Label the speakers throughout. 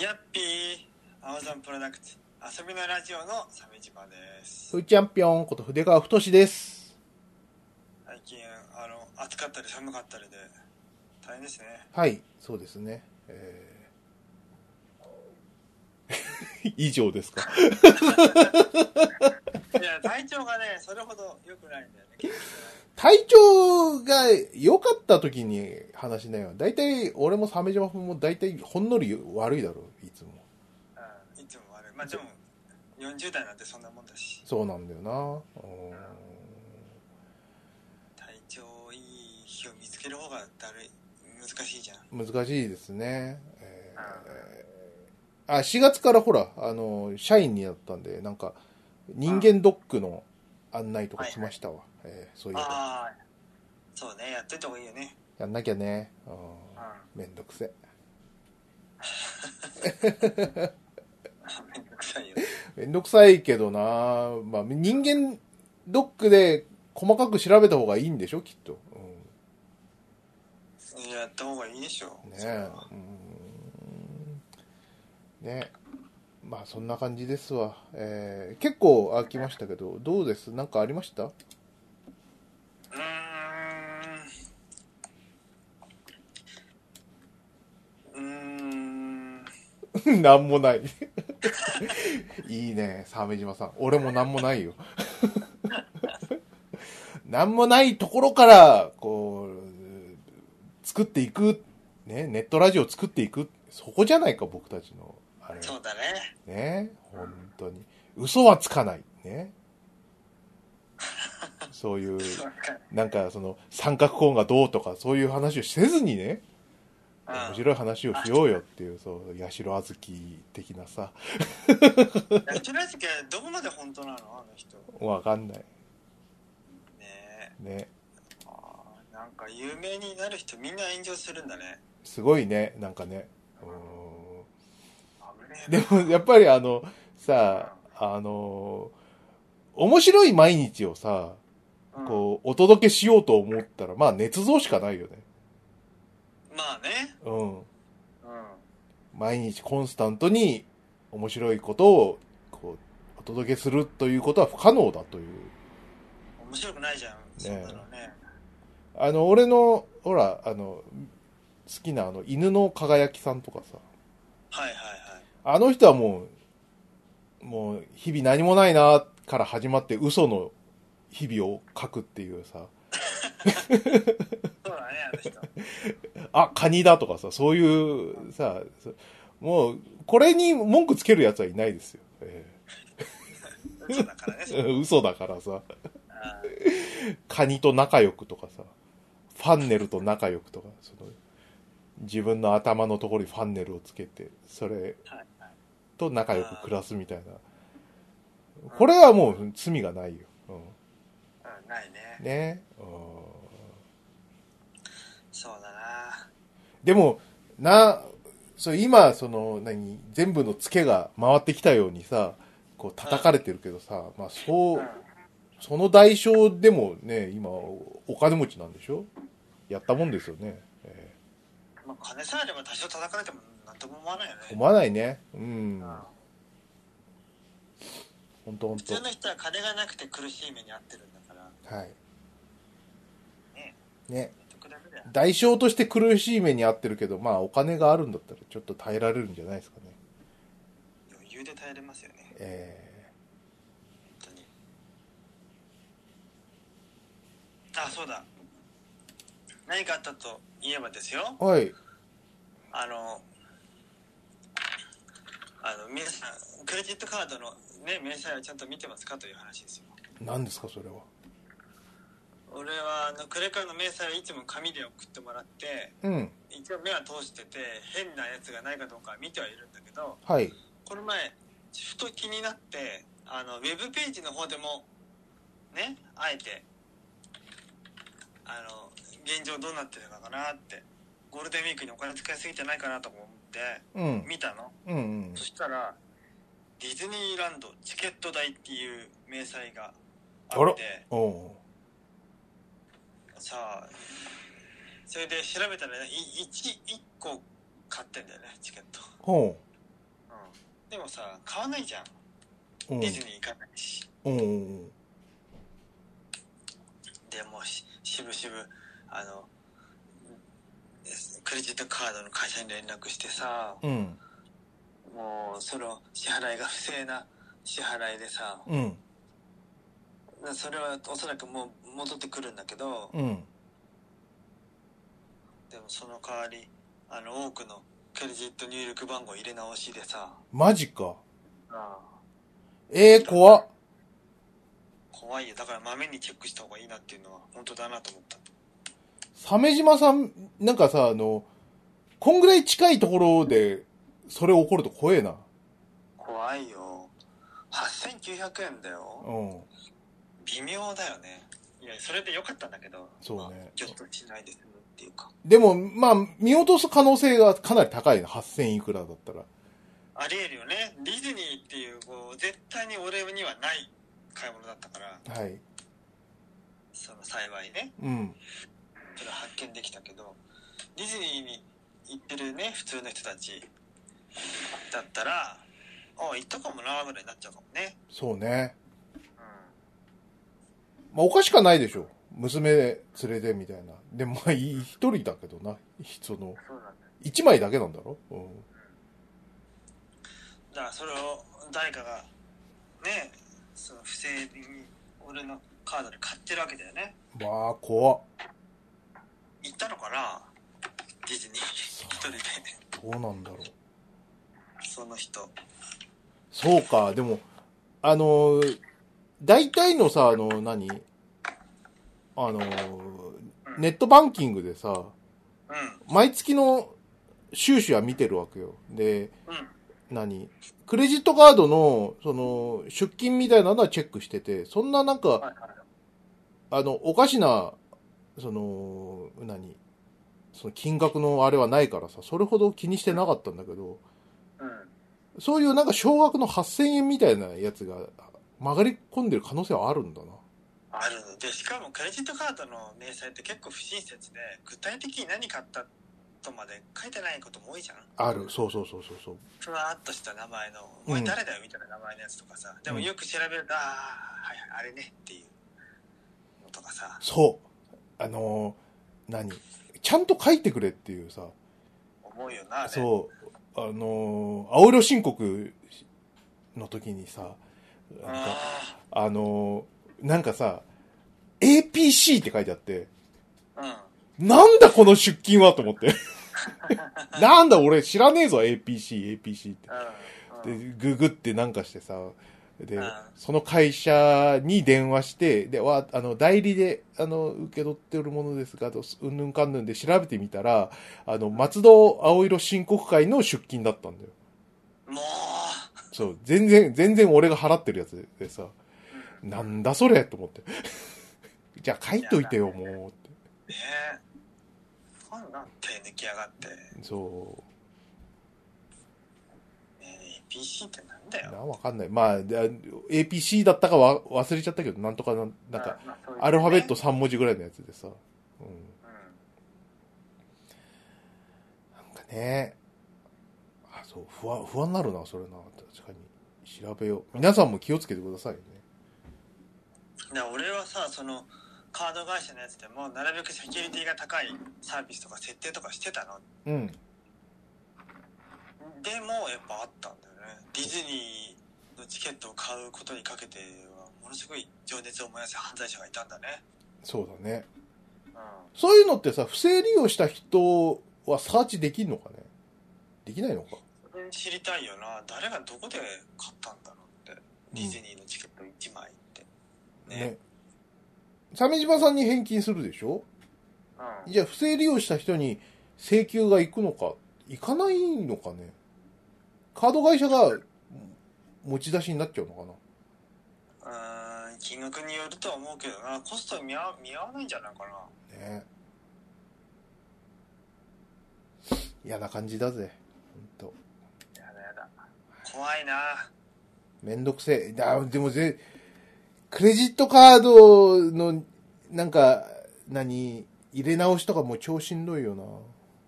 Speaker 1: やっぴー青山プロダクツ遊びのラジオの鮫島です
Speaker 2: ふーちゃんぴょんこと筆川太です。
Speaker 1: 最近あの暑かったり寒かったりで大変 ですね
Speaker 2: はい、そうですね。えー 以上ですか。
Speaker 1: いや体調がねそれほど良くないんだよね結
Speaker 2: 体調が良かった時に話しないよ。大体、俺も鮫島君も大体ほんのり悪いだろう、いつも。
Speaker 1: 構ね、うん、いつも悪いまあでも40代なんてそんなもんだし
Speaker 2: そうなんだよな。う
Speaker 1: 体調いい日を見つける方がだるい難しいじゃん
Speaker 2: ーん難しいですね。えーあ、4月からほら、あの、社員になったんで、なんか、人間ドックの案内とかしましたわ。えーそういうの。
Speaker 1: ああそうねやってた方がいいよね
Speaker 2: やんなきゃね。うん
Speaker 1: うん
Speaker 2: めんどくせ。
Speaker 1: めんどくさいよ
Speaker 2: めんどくさいけどなまあ、人間ドックで細かく調べた方がいいんでしょ、きっと。う
Speaker 1: やった方がいいでしょ
Speaker 2: ん、ね
Speaker 1: それ
Speaker 2: え
Speaker 1: は。
Speaker 2: うんねまあ、そんな感じですわ。えー結構飽きましたけど、どうですなんかありました
Speaker 1: うーんうーん
Speaker 2: なんもない。いいね、鮫島さん。俺もなんもないよ。 なんもないところから、こう、作っていく、ね、ネットラジオを作っていく、そこじゃないか、僕たちの、あれ。
Speaker 1: そうだね
Speaker 2: ね、本当に。嘘はつかない。ね。そういう、
Speaker 1: そうか
Speaker 2: なんかその、三角コーンがどうとか、そういう話をせずにね、面
Speaker 1: うん
Speaker 2: 白い話をしようよっていう、そう、八代あずき的なさ、
Speaker 1: 八代亜紀はどこまで本当なのあの人
Speaker 2: わかんない。
Speaker 1: ねえ
Speaker 2: ね。
Speaker 1: あーなんか有名になる人みんな炎上するんだね
Speaker 2: すごいね、なんかね。う
Speaker 1: 危ね
Speaker 2: ーん
Speaker 1: え
Speaker 2: でも、やっぱりあの、さ、あのー面白い毎日をさ、
Speaker 1: うん
Speaker 2: こう、お届けしようと思ったら、まあ、捏造しかないよね。
Speaker 1: まあね
Speaker 2: う
Speaker 1: う
Speaker 2: ん。
Speaker 1: ん
Speaker 2: 毎日コンスタントに面白いことを、こう、お届けするということは不可能だという。
Speaker 1: 面白くないじゃんそんなのね
Speaker 2: あの、俺の、ほら、あの、好きなあの、犬の輝きさんとかさ、
Speaker 1: はいはいはい
Speaker 2: あの人はもう、もう、日々何もないな、から始まって嘘の日々を書くっていうさ、
Speaker 1: そうだねあの人
Speaker 2: あ、カニだとかさ、そういうさ、そもう、これに文句つけるやつはいないですよ。え
Speaker 1: 嘘だ からねそれ
Speaker 2: え嘘だからさ、
Speaker 1: あ
Speaker 2: カニと仲良くとかさ、ファンネルと仲良くとか、その、自分の頭のところにファンネルをつけて、それ
Speaker 1: ーはいはい
Speaker 2: と仲良く暮らすみたいな。これはもう罪がないよ。うん
Speaker 1: うんないね
Speaker 2: ね、うん
Speaker 1: そうだな
Speaker 2: でもなそう今その何全部のツケが回ってきたようにさこう叩かれてるけどさ、まあそう、
Speaker 1: うん
Speaker 2: その代償でもね今おお金持ちなんでしょやったもんですよね、え
Speaker 1: まあ、金さえあれば多少叩かれても何とも思わないよね
Speaker 2: ー思わないねうん
Speaker 1: うん
Speaker 2: 本当本
Speaker 1: 普通の人は金がなくて苦しい目に遭ってるんだから
Speaker 2: 当はい
Speaker 1: ね
Speaker 2: ね
Speaker 1: 納得だけだよ
Speaker 2: 代償として苦しい目に遭ってるけどまあお金があるんだったらちょっと耐えられるんじゃないですかね
Speaker 1: 余裕で耐えれますよね
Speaker 2: え
Speaker 1: 本当にあそうだ何かあったと言えばですよ
Speaker 2: ー、はい
Speaker 1: あのあの皆さんクレジットカードのね明細はちゃんと見てますかという話ですよ
Speaker 2: 何ですかそれは
Speaker 1: 俺はあのクレカの明細はいつも紙で送ってもらって
Speaker 2: うん
Speaker 1: 一応目は通してて変なやつがないかどうかは見てはいるんだけど
Speaker 2: はい
Speaker 1: この前ふと気になってあのウェブページの方でもねあえてあの現状どうなってるのかなってゴールデンウィークにお金使いすぎてないかなとか思って
Speaker 2: うん
Speaker 1: 見たの
Speaker 2: うんうん
Speaker 1: そしたらディズニーランドチケット代っていう明細があって
Speaker 2: お
Speaker 1: さあそれで調べたらねい 1, 1個買ってんだよねチケット
Speaker 2: ほ
Speaker 1: でもさ買わないじゃん
Speaker 2: うん
Speaker 1: ディズニー行かないし、
Speaker 2: うんうんうん
Speaker 1: でもうししぶしぶあのクレジットカードの会社に連絡してさ
Speaker 2: うん
Speaker 1: もうその支払いが不正な支払いでさ
Speaker 2: うん
Speaker 1: それはおそらくもう戻ってくるんだけど
Speaker 2: うん
Speaker 1: でもその代わりあの多くのクレジット入力番号入れ直しでさ
Speaker 2: マジかええー、怖っ
Speaker 1: 怖いよだからまめにチェックした方がいいなっていうのは本当だなと思った
Speaker 2: 鮫島さんなんかさあのこんぐらい近いところでそれ起こると怖えな
Speaker 1: 怖いよ8900円だよ
Speaker 2: うん
Speaker 1: 微妙だよねいやそれでよかったんだけど
Speaker 2: そうね
Speaker 1: ちょっとしないで済むっていうか
Speaker 2: でもまあ見落とす可能性がかなり高いな8000いくらだったら
Speaker 1: ありえるよねディズニーっていうこう絶対に俺にはない買い物だったから
Speaker 2: はい
Speaker 1: その幸いね
Speaker 2: うん
Speaker 1: それは発見できたけどディズニーに行ってるね普通の人たちだったらあ行ったかもなぐらいになっちゃうかもね
Speaker 2: そうね
Speaker 1: うん
Speaker 2: まあおかしかないでしょ娘連れてみたいなでもまあい一人だけどなそ
Speaker 1: そ
Speaker 2: の
Speaker 1: うなんだよ
Speaker 2: 一枚だけなんだろうん
Speaker 1: だからそれを誰かがねその不正に俺のカードで買ってるわけだよね
Speaker 2: まあ怖っ
Speaker 1: 行ったのかなディズニー一人で
Speaker 2: どうなんだろう
Speaker 1: その人
Speaker 2: そうか、でも、あのー、大体のさ、あのー、何あのー、ネットバンキングでさ、
Speaker 1: うん
Speaker 2: 毎月の収支は見てるわけよ。で、
Speaker 1: うん
Speaker 2: 何クレジットカードの、その、出金みたいなのはチェックしてて、そんななんか、
Speaker 1: はいはい
Speaker 2: あの、おかしな、その、何その金額のあれはないからさ、それほど気にしてなかったんだけど、
Speaker 1: うん
Speaker 2: そういうなんか少額の8000円みたいなやつが曲がり込んでる可能性はあるんだな。
Speaker 1: あるのでしかもクレジットカードの明細って結構不親切で具体的に何買ったとまで書いてないことも多いじゃん
Speaker 2: ある。そうそうそうそうそう。
Speaker 1: ふわっとした名前の「お
Speaker 2: うん
Speaker 1: 前誰だよ」みたいな名前のやつとかさ、でもよく調べると「ああはいはいあれね」っていうのとかさ
Speaker 2: そう。あのー何ちゃんと書いてくれっていうさ、
Speaker 1: 思うよなあれ
Speaker 2: そう。あのー青色申告の時にさ、なんか、
Speaker 1: あ
Speaker 2: あのーなんかさ、APC って書いてあって、
Speaker 1: あうん
Speaker 2: なんだこの出勤はと思って。なんだ俺知らねえぞ APC、APC って。
Speaker 1: うんう
Speaker 2: で
Speaker 1: ん、
Speaker 2: ググってなんかしてさ、で
Speaker 1: うん、
Speaker 2: その会社に電話して、で、わ、あの、代理で、あの、受け取っておるものですが、とうんぬんかんぬんで調べてみたら、あの、松戸青色申告会の出勤だったんだよ。
Speaker 1: も
Speaker 2: そう、全然、全然俺が払ってるやつでさ、
Speaker 1: う
Speaker 2: なんだそれと思って。 じゃあ書いといてよ、もう
Speaker 1: ねえそんなん手抜きやがって、
Speaker 2: って。そう。
Speaker 1: ねえ、PC ってなんだ
Speaker 2: な、
Speaker 1: よ
Speaker 2: わかんない。まあ、で APC だったかわ忘れちゃったけど、なんとかなん、なんか、
Speaker 1: まあそういうね
Speaker 2: アルファベット3文字ぐらいのやつでさ。うん。
Speaker 1: う
Speaker 2: なんかね、あ、そう、不安、不安になるな、それな。確かに。調べよう。皆さんも気をつけてくださいね。
Speaker 1: んで俺はさそのカード会社のやつでもなるべくセキュリティが高いサービスとか設定とかしてたの
Speaker 2: うん。
Speaker 1: でもやっぱあったんだよねディズニーのチケットを買うことにかけてはものすごい情熱を燃やす犯罪者がいたんだね
Speaker 2: そうだね。
Speaker 1: うん
Speaker 2: そういうのってさ、不正利用した人はサーチできるのかねできないのか
Speaker 1: それ知りたいよな誰がどこで買ったんだろうってディズニーのチケット1枚ってね
Speaker 2: ね。鮫島さんに返金するでしょ
Speaker 1: うん
Speaker 2: じゃあ、不正利用した人に請求が行くのか行かないのかねカード会社が持ち出しになっちゃうのかな
Speaker 1: うーん金額によるとは思うけどなコストに見合見合わないんじゃないかな
Speaker 2: ね嫌な感じだぜほんと
Speaker 1: やだやだ怖いな
Speaker 2: めんどくせえだでもぜクレジットカードのなんか何入れ直しとかもう超しんどいよな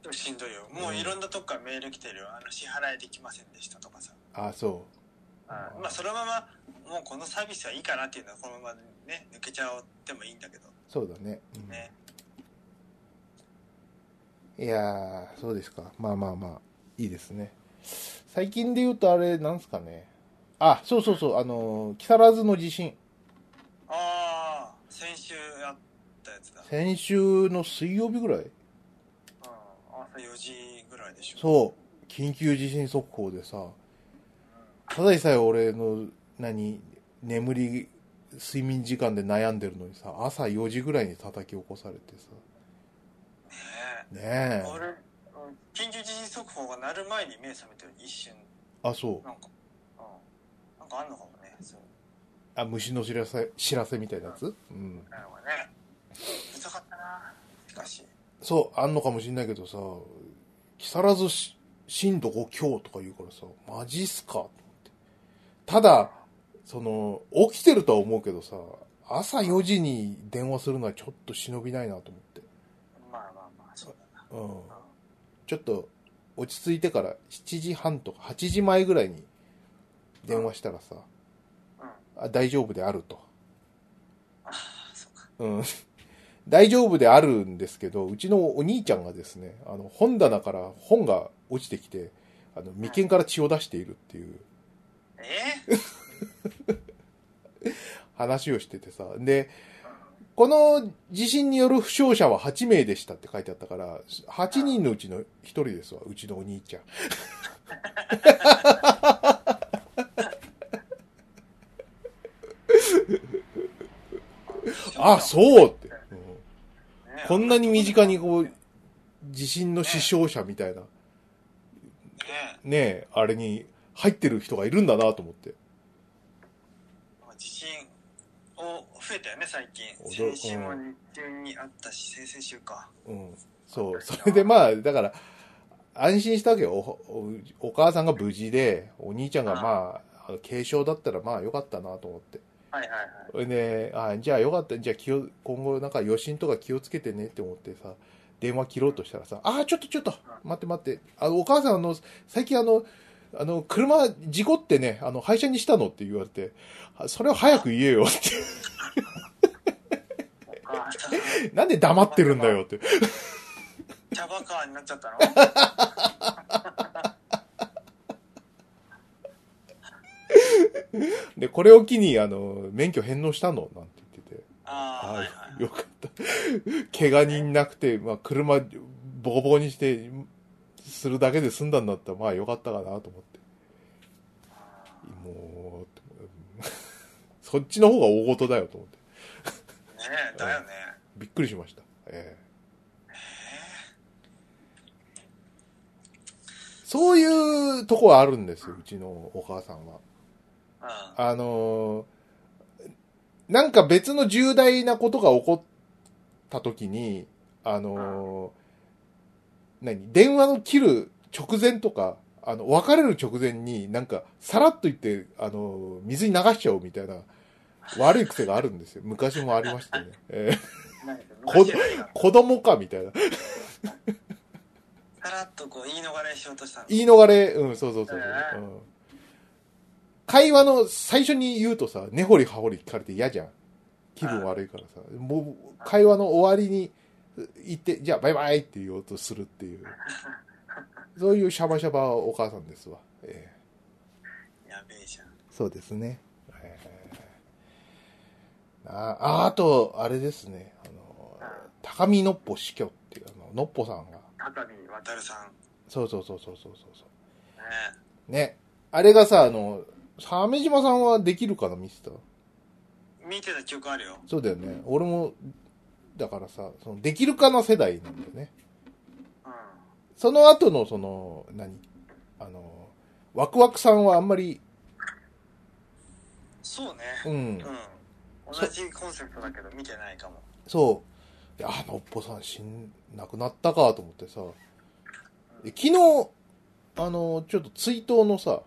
Speaker 1: でもしんどいよもういろんなとこからメール来てるよあの支払いできませんでしたとかさ、
Speaker 2: あそ
Speaker 1: まあそのままもうこのサービスはいいかなっていうのはこのままね抜けちゃってもいいんだけど
Speaker 2: う。そうだね。うん
Speaker 1: ね
Speaker 2: いやー、そうですか。まあまあまあ、いいですね。最近で言うとあれ、なんすかね。あ、そうそうそう、あのー、木更津の地震。
Speaker 1: ああ先週やったやつだ、うん、
Speaker 2: 先週の水曜日ぐらい
Speaker 1: 朝4時ぐらいでしょ
Speaker 2: そう、緊急地震速報でさ、ただでさえ俺の、何、眠り、睡眠時間で悩んでるのにさ、朝4時ぐらいに叩き起こされてさ、
Speaker 1: ねえ
Speaker 2: ねえ。
Speaker 1: 俺うん緊急地震速報が鳴る前に目覚めてる一瞬
Speaker 2: あ、そう。
Speaker 1: なんか、うん、なんかあんのかもねそう
Speaker 2: あ、虫の知らせ、知らせみたいなやつうん。
Speaker 1: なのがねうざかったなしかし
Speaker 2: そう、あんのかもしんないけどさ、木更津し震度5強とか言うからさ、マジっすかと思って。ただ、その、起きてるとは思うけどさ、朝4時に電話するのはちょっと忍びないなと思って。
Speaker 1: まあまあまあそうだな
Speaker 2: うん
Speaker 1: うん。
Speaker 2: ちょっと、落ち着いてから7時半とか8時前ぐらいに電話したらさ、あ大丈夫であると。
Speaker 1: ああそうか
Speaker 2: うん。 大丈夫であるんですけど、うちのお兄ちゃんがですね、あの、本棚から本が落ちてきて、あの、眉間から血を出しているっていう
Speaker 1: えー、
Speaker 2: 話をしててさ、で、この地震による負傷者は8名でしたって書いてあったから、8人のうちの1人ですわ、うちのお兄ちゃん。あ、そうって。うん
Speaker 1: う、ね
Speaker 2: こんなに身近にこう、地震の死傷者みたいな、
Speaker 1: ね
Speaker 2: ねえ、あれに入ってる人がいるんだなと思って。
Speaker 1: まあ地震を増えたよね最近
Speaker 2: 驚
Speaker 1: 先週も日程にあったし先々週か
Speaker 2: うん。そう。それでまあ、だから、安心したわけよ。お、おお母さんが無事で、お兄ちゃんがまあ、あの軽症だったらまあよかったなと思って。
Speaker 1: はいはいはい
Speaker 2: それで、あじゃあよかった。じゃあ気を、今後なんか余震とか気をつけてねって思ってさ、電話切ろうとしたらさ、あー、ちょっとちょっと、待って待って。あの、お母さんあの、最近あの、あの、車、事故ってね、あの、廃車にしたのって言われて、あそれを早く言えよ
Speaker 1: お
Speaker 2: っ
Speaker 1: 母さん
Speaker 2: て。 なんで黙ってるんだよって。
Speaker 1: 茶バカになっちゃ ったの
Speaker 2: で、これを機に、あの、免許返納したのなんて言ってて。
Speaker 1: ああはいはい
Speaker 2: あよかった。 怪我人なくて、まあ、車、ボコボコにして、するだけで済んだんだったら、まあ、よかったかなと思って。もう、そっちの方が大事だよと思って。
Speaker 1: ねえだよね
Speaker 2: びっくりしました。ええそういうとこはあるんですよ、うちのお母さんは。
Speaker 1: うんあ
Speaker 2: あのーなんか別の重大なことが起こった時に、あのー何電話の切る直前とか、あの、別れる直前になんか、さらっと言って、あのー水に流しちゃおうみたいな、悪い癖があるんですよ。昔もありましたね。えーこ子供かみたいな。
Speaker 1: さらっとこう言い逃れしようとしたの
Speaker 2: 言い逃れ、うん、そうそうそうそう、
Speaker 1: ええ
Speaker 2: うん。会話の最初に言うとさ、根掘り葉掘り聞かれて嫌じゃん。気分悪いからさ。もう、会話の終わりに言って、じゃあバイバイって言おうとするっていう。そういうシャバシャバお母さんですわ。ええ
Speaker 1: やべえじゃん
Speaker 2: そうですね。ええああ、あと、あれですね。あの、高見のっぽ死去っていう、あの、のっぽさんが。
Speaker 1: 高見渉さん
Speaker 2: そうそうそうそうそうそうそう。
Speaker 1: ね
Speaker 2: ね。あれがさ、あの、鮫島さんはできるかな、ミスター。
Speaker 1: 見てた記憶あるよ
Speaker 2: そうだよね。俺も、だからさ、その、できるかな世代なんだよね。
Speaker 1: うん
Speaker 2: その後の、その、何あの、ワクワクさんはあんまり、
Speaker 1: そうね
Speaker 2: うん、
Speaker 1: うん同じコンセプトだけど見てないかも
Speaker 2: そう。であのっぽさん死ん、亡くなったかと思ってさ、で昨日、あの、ちょっと追悼のさ、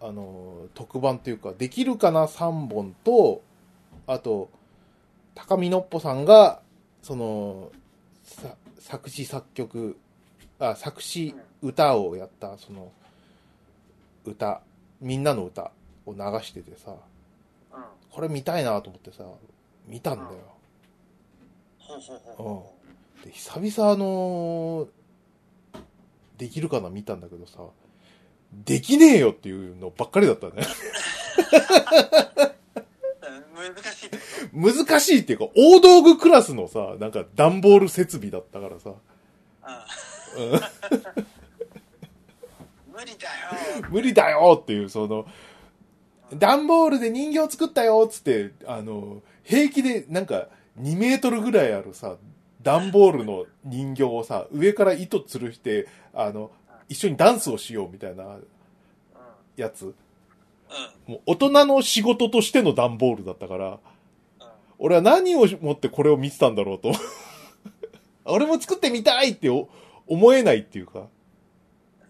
Speaker 2: あの、特番というか、できるかな3本と、あと、高見のっぽさんが、その、さ作詞作曲、あ作詞、歌をやった、その、歌、みんなの歌を流しててさ、
Speaker 1: うん。
Speaker 2: これ見たいなと思ってさ、見たんだよ。
Speaker 1: ほうほうほうほう。
Speaker 2: で、久々あのできるかな見たんだけどさ、できねえよっていうのばっかりだったね。
Speaker 1: うん難しいってこ
Speaker 2: 難しいっていうか、大道具クラスのさ、なんか段ボール設備だったからさ、
Speaker 1: と。う ん。無理だよ。
Speaker 2: 無理だよっていう、その、段ボールで人形作ったよっつって、あの、平気でなんか2メートルぐらいあるさ、段ボールの人形をさ、上から糸吊るして、あの、一緒にダンスをしようみたいな
Speaker 1: う
Speaker 2: やつ。
Speaker 1: ん。うん。
Speaker 2: もう大人の仕事としての段ボールだったから、俺は何を持ってこれを見てたんだろうと。 俺も作ってみたいってお思えないっていうか。
Speaker 1: うん。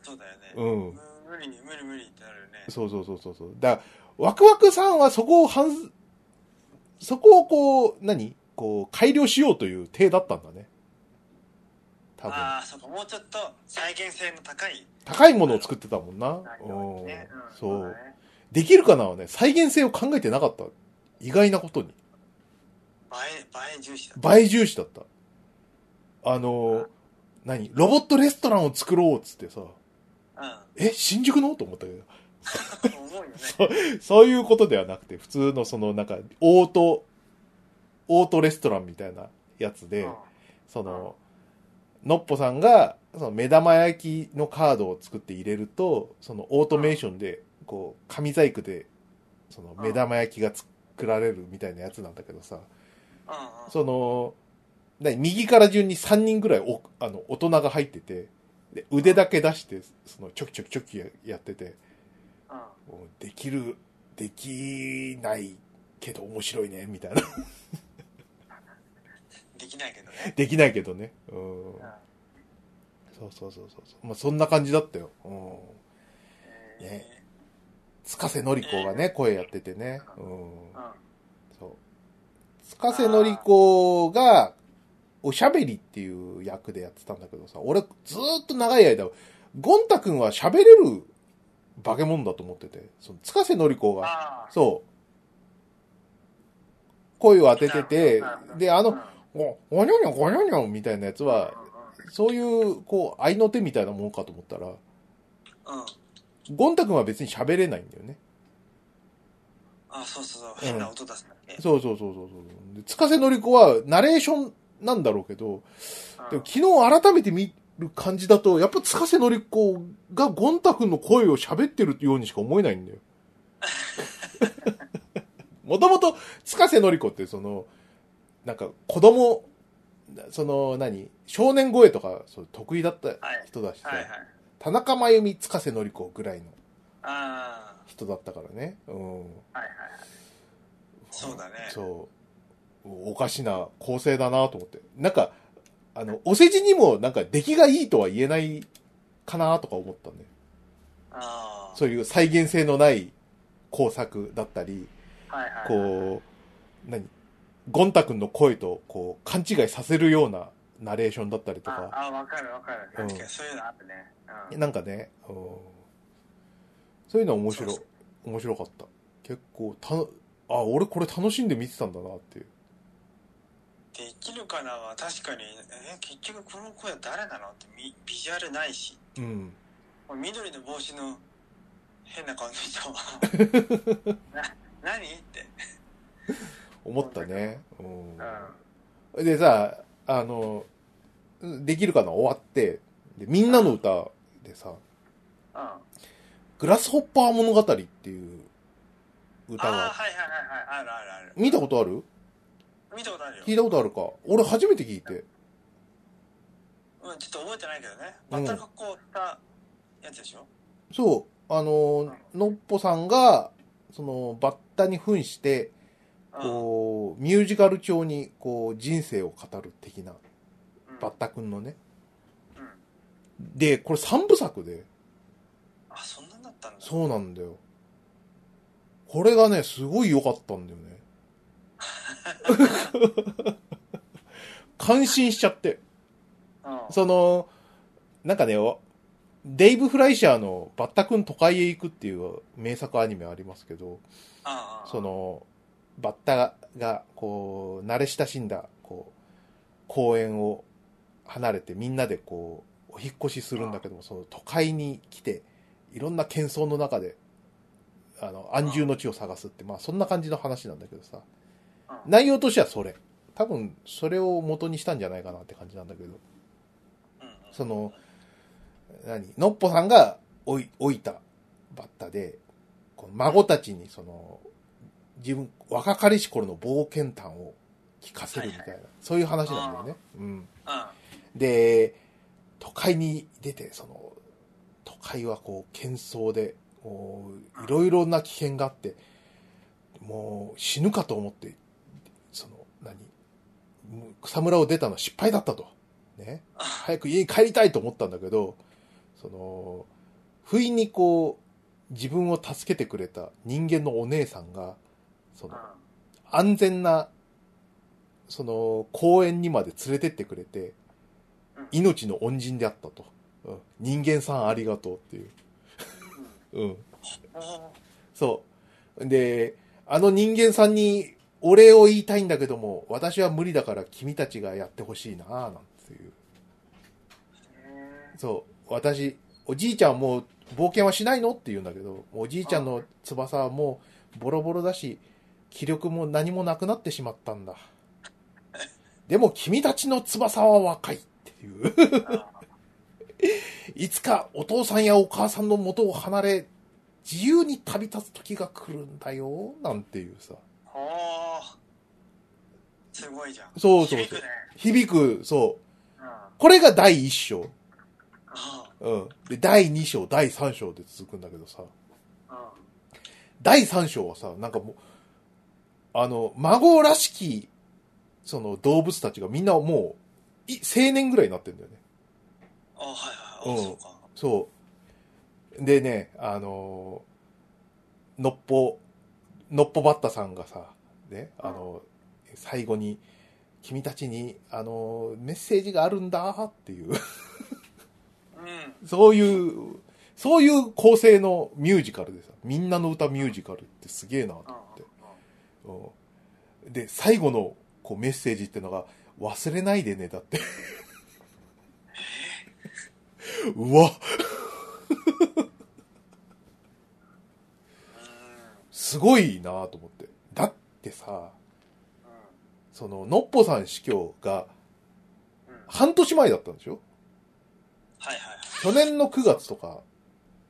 Speaker 1: そうだよね。
Speaker 2: うん。
Speaker 1: 無理に、無理無理ってなるよね。
Speaker 2: そうそうそうそうそう。だワクワクさんはそこを反す、そこをこう、何こう、改良しようという体だったんだね。多分。
Speaker 1: ああ、そうか。もうちょっと再現性の高い
Speaker 2: 高いものを作ってたもんな。
Speaker 1: 内容
Speaker 2: う
Speaker 1: に
Speaker 2: ん
Speaker 1: ね。ん
Speaker 2: そう
Speaker 1: だ。ね
Speaker 2: できるかなはね、再現性を考えてなかった。意外なことに。
Speaker 1: 映え、映え重視だ。
Speaker 2: 倍重視だった。あの、何ロボットレストランを作ろうっつってさ、え、新宿のと思ったけど。
Speaker 1: うん。思うよね。
Speaker 2: そういうことではなくて、普通のそのなんか、オート、オートレストランみたいなやつで、
Speaker 1: うん
Speaker 2: その、のっぽさんが、その目玉焼きのカードを作って入れると、そのオートメーションで、こう、紙細工で、その目玉焼きが作られるみたいなやつなんだけどさ、
Speaker 1: うんうん。
Speaker 2: その、何右から順に3人ぐらいお、あの、大人が入ってて、で、腕だけ出して、その、ちょきちょきちょきやってて、
Speaker 1: うん。
Speaker 2: もうできる、できないけど面白いね、みたいな。
Speaker 1: できないけどね。
Speaker 2: できないけどね。うん。
Speaker 1: うん
Speaker 2: そうそうそうそう。まあ、そんな感じだったよ。うん。ね塚瀬のり子がね、声やっててね。うん。
Speaker 1: うん。うん
Speaker 2: そう。塚瀬のり子が、おしゃべりっていう役でやってたんだけどさ、俺ずーっと長い間、ゴン太くんは喋れる化け物だと思ってて、その塚瀬のり子が、
Speaker 1: ああ。
Speaker 2: そう、声を当ててて
Speaker 1: なるほど、
Speaker 2: で、あ
Speaker 1: うん
Speaker 2: の、お、おにょにょ、ごにょにょみたいなやつは、そういう、こう、愛の手みたいなもんかと思ったら、
Speaker 1: うん。うん
Speaker 2: ゴン太くんは別に喋れないんだよね。
Speaker 1: あ、そうそうそう。変な音出すんだっけ。
Speaker 2: そうそうそうそうそう。で、つかせのりこは、ナレーションなんだろうけど、
Speaker 1: うん
Speaker 2: でも昨日改めて見る感じだと、やっぱつかせのりこがゴン太くんの声を喋ってるようにしか思えないんだ よ。もともと、つかせのりこってその、なんか子供、その何、少年声とかそう得意だった人だしさ、
Speaker 1: はいはい。
Speaker 2: 田中真由美、つかせのりこぐらいの
Speaker 1: あ
Speaker 2: 人だったからね。う
Speaker 1: あ。
Speaker 2: ん。
Speaker 1: はいはいはい。そうだね。
Speaker 2: そう。おかしな構成だなと思って。なんか、あの、お世辞にもなんか出来がいいとは言えないかなとか思ったね。
Speaker 1: ああ。
Speaker 2: そういう再現性のない工作だったり、
Speaker 1: はいはいはい。
Speaker 2: こう、何ゴンタ君の声とこう勘違いさせるようなナレーションだったりと
Speaker 1: あ
Speaker 2: か、
Speaker 1: あ、わかるわかる。
Speaker 2: うん
Speaker 1: 確かにそういうのあるね。うん。
Speaker 2: なんかね、うんそういうのは面白い
Speaker 1: そうそ、
Speaker 2: 面白かった。結構、たの、あ、俺これ楽しんで見てたんだなっていう。
Speaker 1: できるかなは確かに、え、結局この声誰なのってビビジュアルないし。
Speaker 2: うん。
Speaker 1: これ緑の帽子の変な感じの 人は。な、何って。
Speaker 2: 思ったね。うん
Speaker 1: う
Speaker 2: でさ、あの、できるかな終わって、で、みんなの歌でさ、
Speaker 1: ん。うん。
Speaker 2: グラスホッパー物語っていう歌
Speaker 1: ああ、
Speaker 2: が、
Speaker 1: はいはいはいはい。あるあるある。
Speaker 2: 見たことある
Speaker 1: 見たことあるよ。
Speaker 2: 聞いたことあるか俺初めて聞いて。
Speaker 1: うん、ちょっと覚えてないけどね。バッタの格好をしたやつでしょ
Speaker 2: そう、あの、のっぽさんが、その、バッタに扮して、
Speaker 1: うん。
Speaker 2: こう、ミュージカル調に、こう、人生を語る的な、
Speaker 1: うん
Speaker 2: バッタくんのね。
Speaker 1: うん。
Speaker 2: で、これ3部作で、
Speaker 1: あ、そんなんだったんだ。
Speaker 2: そうなんだよ。これがね、すごい良かったんだよね。感心しちゃって。
Speaker 1: うん。
Speaker 2: その、なんかね、おデイブ・フライシャーのバッタ君都会へ行くっていう名作アニメありますけど、
Speaker 1: ああ
Speaker 2: その、バッタが、こう、慣れ親しんだ、こう、公園を離れてみんなでこう、お引っ越しするんだけども、その都会に来て、いろんな喧騒の中で、あの、安住の地を探すって、まあそんな感じの話なんだけどさ、
Speaker 1: うん
Speaker 2: 内容としてはそれ。多分、それを元にしたんじゃないかなって感じなんだけど。
Speaker 1: うんうん
Speaker 2: その何のっぽさんがおい置いたバッタで、この孫たちにその、自分、若かりし頃の冒険談を聞かせるみたいな、そういう話なんだよね。うん。
Speaker 1: うん
Speaker 2: で、都会に出て、その、都会はこう、喧騒で、こういろいろな危険があって、もう死ぬかと思って、その、何もう草むらを出たのは失敗だったと。ね。早く家に帰りたいと思ったんだけど、その、不意にこう、自分を助けてくれた人間のお姉さんが、その、安全な、その、公園にまで連れてってくれて
Speaker 1: うん、
Speaker 2: 命の恩人であったと。うん人間さんありがとうっていう。
Speaker 1: うん
Speaker 2: うん。
Speaker 1: うんお
Speaker 2: そう。で、あの人間さんにお礼を言いたいんだけども、私は無理だから君たちがやってほしいなあなんていう。
Speaker 1: ー
Speaker 2: そう。私、おじいちゃんはもう冒険はしないのって言うんだけど、おじいちゃんの翼はもうボロボロだし、気力も何もなくなってしまったんだ。でも君たちの翼は若いっていう。いつかお父さんやお母さんの元を離れ、自由に旅立つ時が来るんだよ、なんていうさ。
Speaker 1: おーすごいじゃん
Speaker 2: そうそうそう
Speaker 1: 響くね
Speaker 2: 響く、そう。
Speaker 1: うんあ
Speaker 2: これが第1章。
Speaker 1: あ
Speaker 2: うん。で、第2章、第3章で続くんだけどさ。
Speaker 1: うん
Speaker 2: 第3章はさ、なんかもう、あの、孫らしき、その動物たちがみんなもう、い青年ぐらいになってんだよね。
Speaker 1: あはいはい
Speaker 2: うん
Speaker 1: あそうか
Speaker 2: そう。でね、あのーのっぽ、のっぽバッタさんがさ、ね、あの最後に、君たちに、あのーメッセージがあるんだっていう、
Speaker 1: うん
Speaker 2: そういう、そういう構成のミュージカルでさ、みんなの歌ミュージカルってすげえなと
Speaker 1: うん
Speaker 2: 思って。うんで、最後のこうメッセージってのが、忘れないでね、だって。 うわ、
Speaker 1: う
Speaker 2: すごいなと思って。だってさ、その、のっぽさん死去が
Speaker 1: んうんうん
Speaker 2: 半年前だったんでしょ
Speaker 1: はいはいはい
Speaker 2: 去年の9月とか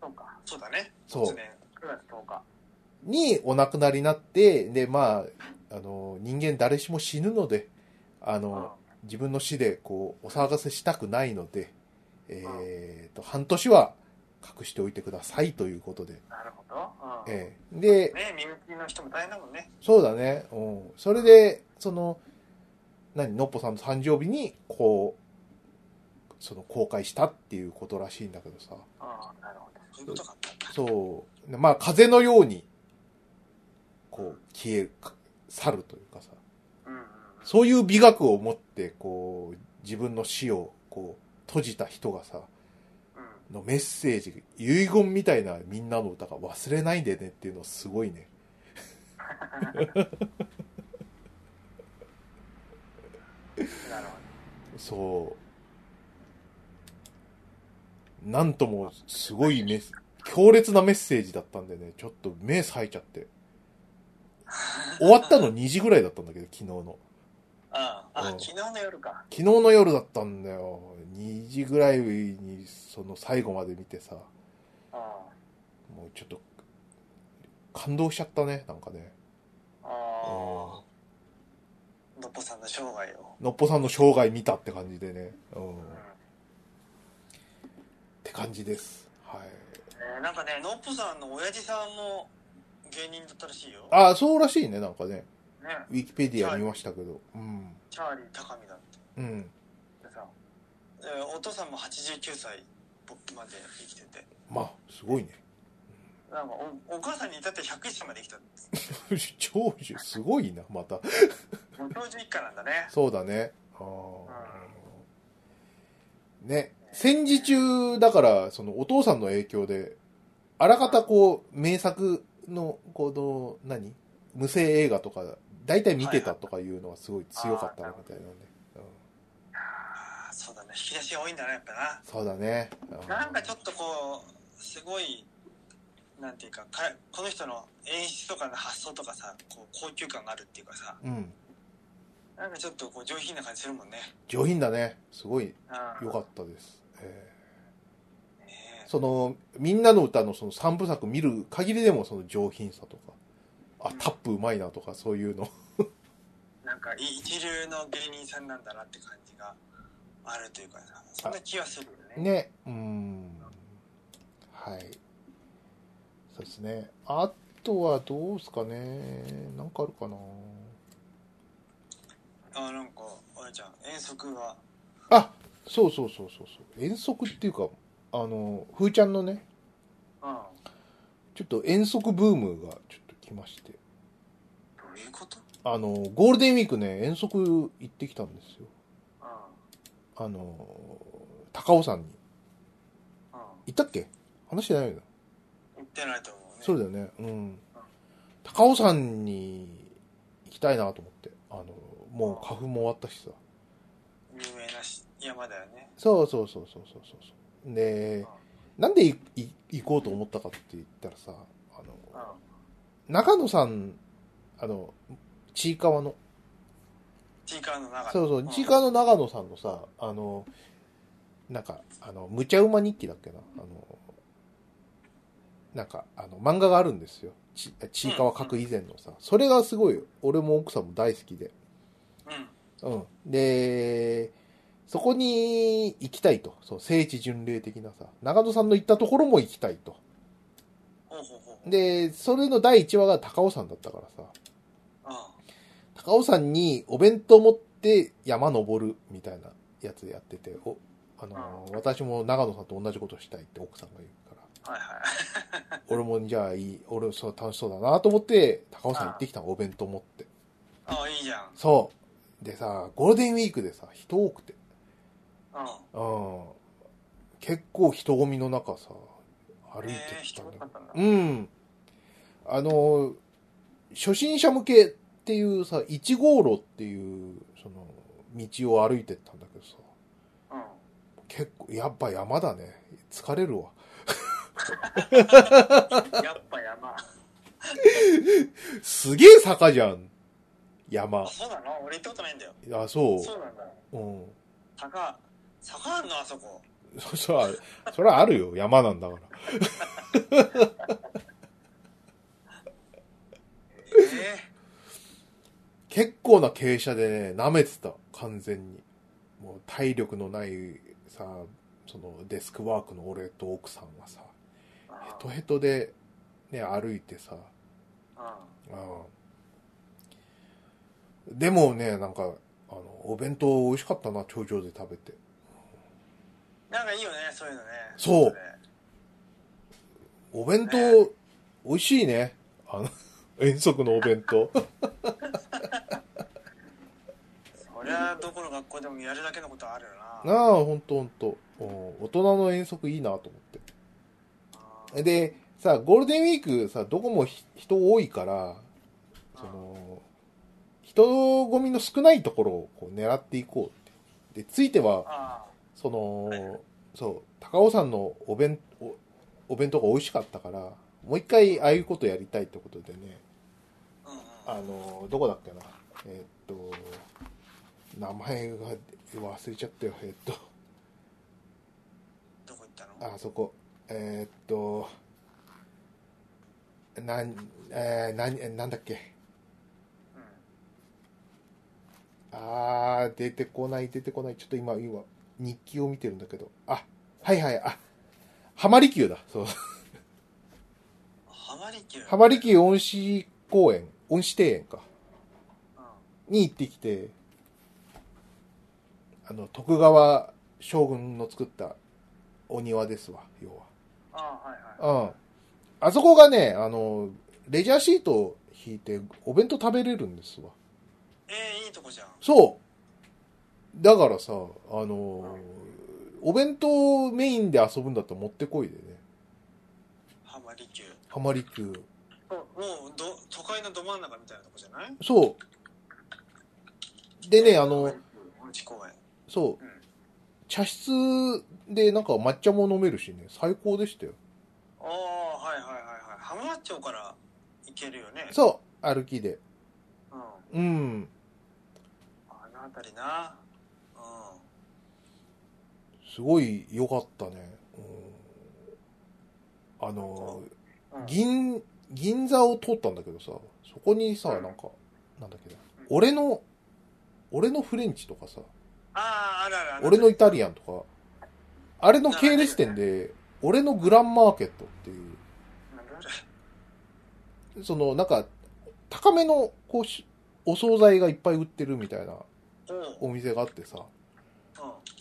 Speaker 1: そうかそうだね
Speaker 2: そう
Speaker 1: 1年9月10日
Speaker 2: にお亡くなりになって、で、まあ、あの、人間誰しも死ぬので、あ
Speaker 1: うん
Speaker 2: の、自分の死でこう、お騒がせしたくないので、えーと、半年は隠しておいてくださいということで。
Speaker 1: なるほどうん
Speaker 2: ええで、
Speaker 1: ね身内の人も大変だもんね
Speaker 2: そうだね。うん。それで、その、何、のっぽさんの誕生日に、こう、その公開したっていうことらしいんだけどさ。
Speaker 1: ああなるほどそういうことか
Speaker 2: そう。まあ、風のように、こう、消える、か去るというかさ。
Speaker 1: うんうんうん
Speaker 2: そういう美学を持って、こう、自分の死を、こう、閉じた人がさ、
Speaker 1: うん
Speaker 2: のメッセージ、遺言みたいなみんなの歌が忘れないでねっていうのはすごいね。
Speaker 1: なるほ
Speaker 2: そう。なんとも、すごいメッセ強烈なメッセージだったんでね、ちょっと目冴えちゃって。終わったの2時ぐらいだったんだけど、昨日の。
Speaker 1: どあああ
Speaker 2: うん
Speaker 1: 昨日の夜か
Speaker 2: 昨日の夜だったんだよ。2時ぐらいに、その最後まで見てさ、
Speaker 1: あ
Speaker 2: もうちょっと、感動しちゃったね、なんかね。
Speaker 1: あああのっぽさんの生涯を
Speaker 2: のっぽさんの生涯見たって感じでね。うん。っ
Speaker 1: うん
Speaker 2: て感じです。はい。
Speaker 1: ねなんかねのっぽさんの親父さんも芸人だったらしいよ
Speaker 2: ああ、そうらしいね、なんかね。
Speaker 1: ね
Speaker 2: ウィキペディア見ましたけど。うん。
Speaker 1: チャーリー高見だっ
Speaker 2: うん。
Speaker 1: てさ、えーお父さんも89歳僕まで生きてて
Speaker 2: まあ、すごいね。
Speaker 1: なんかおお母さんに至って101歳まで生きたんです
Speaker 2: 長寿、すごいな、また。
Speaker 1: ご教授一家なんだね
Speaker 2: そうだね。あーね。戦時中だから、そのお父さんの影響で、あらかたこう、名作の、この、何無声映画とか、大体見てたとかいうのはすごい強かったなみたいなんで。うん
Speaker 1: あーそうだね引き出しが多いんだなやっぱ
Speaker 2: そうだね。うん
Speaker 1: ななんかちょっとこうすごいなんていうかかこの人の演出とかの発想とかさこう高級感があるっていうかさ
Speaker 2: うん。
Speaker 1: なんかちょっとこう上品な感じするもんね
Speaker 2: 上品だね。すごい
Speaker 1: うん
Speaker 2: 良かったです。え
Speaker 1: ね
Speaker 2: ーその、みんなの歌のその三部作見る限りでもその上品さとか、あ、タップうまいなとかそういうの。
Speaker 1: なんかい一流の芸人さんなんだなって感じがあるというかさそんな気はするよね
Speaker 2: ね。うん。はい。そうですね。あとはどうですかね。なんかあるかな。
Speaker 1: あなんかあれちゃん遠足が
Speaker 2: あ、そうそうそうそうそう。遠足っていうか、あの、ふーちゃんのね、
Speaker 1: うんど
Speaker 2: ちょっと遠足ブームがちょっと来まして。
Speaker 1: ういうこと
Speaker 2: あの、ゴールデンウィークね、遠足行ってきたんですよ。
Speaker 1: うん
Speaker 2: あの、高尾山に。
Speaker 1: う
Speaker 2: 行ったっけ話してないよ
Speaker 1: ん
Speaker 2: な。
Speaker 1: 行ってないと思うね
Speaker 2: そうだよね。うん。高尾山に行きたいなと思って。あの、もう花粉も終わったしさ。
Speaker 1: 有名なし山だよね
Speaker 2: そうそうそうそうそうそうそう。で、なんでいい行こうと思ったかって言ったらさ、あ
Speaker 1: うん
Speaker 2: の、
Speaker 1: うん
Speaker 2: 長野さん、あの、ちいかわの、
Speaker 1: ちいかわの中
Speaker 2: そうそう、
Speaker 1: ん
Speaker 2: ちいかわの長野さんのさ、あの、なんか、あの、むちゃうま日記だっけな、あの、なんか、あの、漫画があるんですよ。ち、ちいかわ書く以前のさ。それがすごい、俺も奥さんも大好きで。
Speaker 1: うん
Speaker 2: うん。で、そこに行きたいと。そう、聖地巡礼的なさ。長野さんの行ったところも行きたいと。
Speaker 1: ほうほうほう
Speaker 2: で、それの第1話が高尾山だったからさ。
Speaker 1: う
Speaker 2: 高尾山にお弁当持って山登るみたいなやつやってて、おあのー私も長野さんと同じことしたいって奥さんが言うか
Speaker 1: んはいはい
Speaker 2: ら、俺もじゃあいい、俺そう楽しそうだなと思って、高尾山行ってきたの、お弁当持って。
Speaker 1: ああいいじゃん
Speaker 2: そう。でさ、ゴールデンウィークでさ、人多くて、
Speaker 1: うん
Speaker 2: うん。結構人混みの中さ、歩いて
Speaker 1: えー
Speaker 2: きたんだけど
Speaker 1: 人多かったんだ
Speaker 2: うん。あの、初心者向けっていうさ、1号路っていう、その、道を歩いてったんだけどさ、
Speaker 1: うん
Speaker 2: 結構、やっぱ山だね。疲れるわ。
Speaker 1: やっぱ山
Speaker 2: すげえ坂じゃん。
Speaker 1: あ
Speaker 2: 山。
Speaker 1: そうなの俺行ったことないんだよ
Speaker 2: あ、そ
Speaker 1: そうなんだ
Speaker 2: う。うん。
Speaker 1: 坂坂あんのあそ こ
Speaker 2: そ、そら、そらあるよ。山なんだから。
Speaker 1: え
Speaker 2: 結構な傾斜でね、舐めてた。完全に。もう体力のないさ、そのデスクワークの俺と奥さんがさ、
Speaker 1: え
Speaker 2: ヘトヘトでね、歩いてさ、
Speaker 1: う
Speaker 2: うんでもね、なんか、あの、お弁当美味しかったな、頂上で食べて。
Speaker 1: んなんかいいよねそういうのね
Speaker 2: そう
Speaker 1: ね
Speaker 2: お弁当、
Speaker 1: ね
Speaker 2: 美味しいね。あの、 遠足のお弁当。
Speaker 1: そりゃどこの学校でもやるだけのことあるよな
Speaker 2: なあ、ほんとほんと。うん大人の遠足いいなと思って。で、さ、ゴールデンウィークさ、どこもひ人多いから、その、人混みの少ないところをこう狙っていこうって。で、ついては、
Speaker 1: あ
Speaker 2: その、
Speaker 1: はいは
Speaker 2: そう、高尾山のお弁、おお弁当が美味しかったから、もう一回ああいうことやりたいってことでね、
Speaker 1: あうんうん
Speaker 2: あの、どこだっけな、えーっと、名前が忘れちゃったよ、えーっと、
Speaker 1: どこ行ったの
Speaker 2: あそこ、えーっと、なん、えー、なん、えなんだっけ、
Speaker 1: うん
Speaker 2: あー、出てこない、出てこない、ちょっと今、今、日記を見てるんだけど、あ、はいはい、あ、浜離宮だ、そう。
Speaker 1: 浜離宮
Speaker 2: 浜離宮恩師公園、恩師庭園か、
Speaker 1: う
Speaker 2: に行ってきて、あの、徳川将軍の作ったお庭ですわ、要
Speaker 1: んあはいはい
Speaker 2: は。うん。あそこがね、あの、レジャーシートを引いてお弁当食べれるんですわ。
Speaker 1: えーいいとこじゃん
Speaker 2: そうだからさ、あの、お弁当メインで遊ぶんだったら持ってこいでね。
Speaker 1: ハマリ級
Speaker 2: ハマリ級。
Speaker 1: もうど都会のど真ん中みたいなとこじゃない
Speaker 2: そう。でね、あの、
Speaker 1: うん地公園
Speaker 2: そう
Speaker 1: うん。
Speaker 2: 茶室でなんか抹茶も飲めるしね、最高でしたよ。
Speaker 1: ああはいはいはいはい浜松町から行けるよね
Speaker 2: そう、歩きで。
Speaker 1: うん
Speaker 2: うん。
Speaker 1: あの辺りなうん
Speaker 2: すごい良かったね。うん、あの、
Speaker 1: うん
Speaker 2: 銀、銀座を通ったんだけどさ、そこにさ、
Speaker 1: うん
Speaker 2: なんか、なんだっけな
Speaker 1: うん、
Speaker 2: 俺の、俺のフレンチとかさ、
Speaker 1: あああるあるある
Speaker 2: 俺のイタリアンとか、あれの系列店で、俺のグランマーケットっていう、
Speaker 1: なんだある
Speaker 2: その、なんか、高めの、こうし、お惣菜がいっぱい売ってるみたいな
Speaker 1: おう
Speaker 2: お店があって
Speaker 1: う
Speaker 2: さ。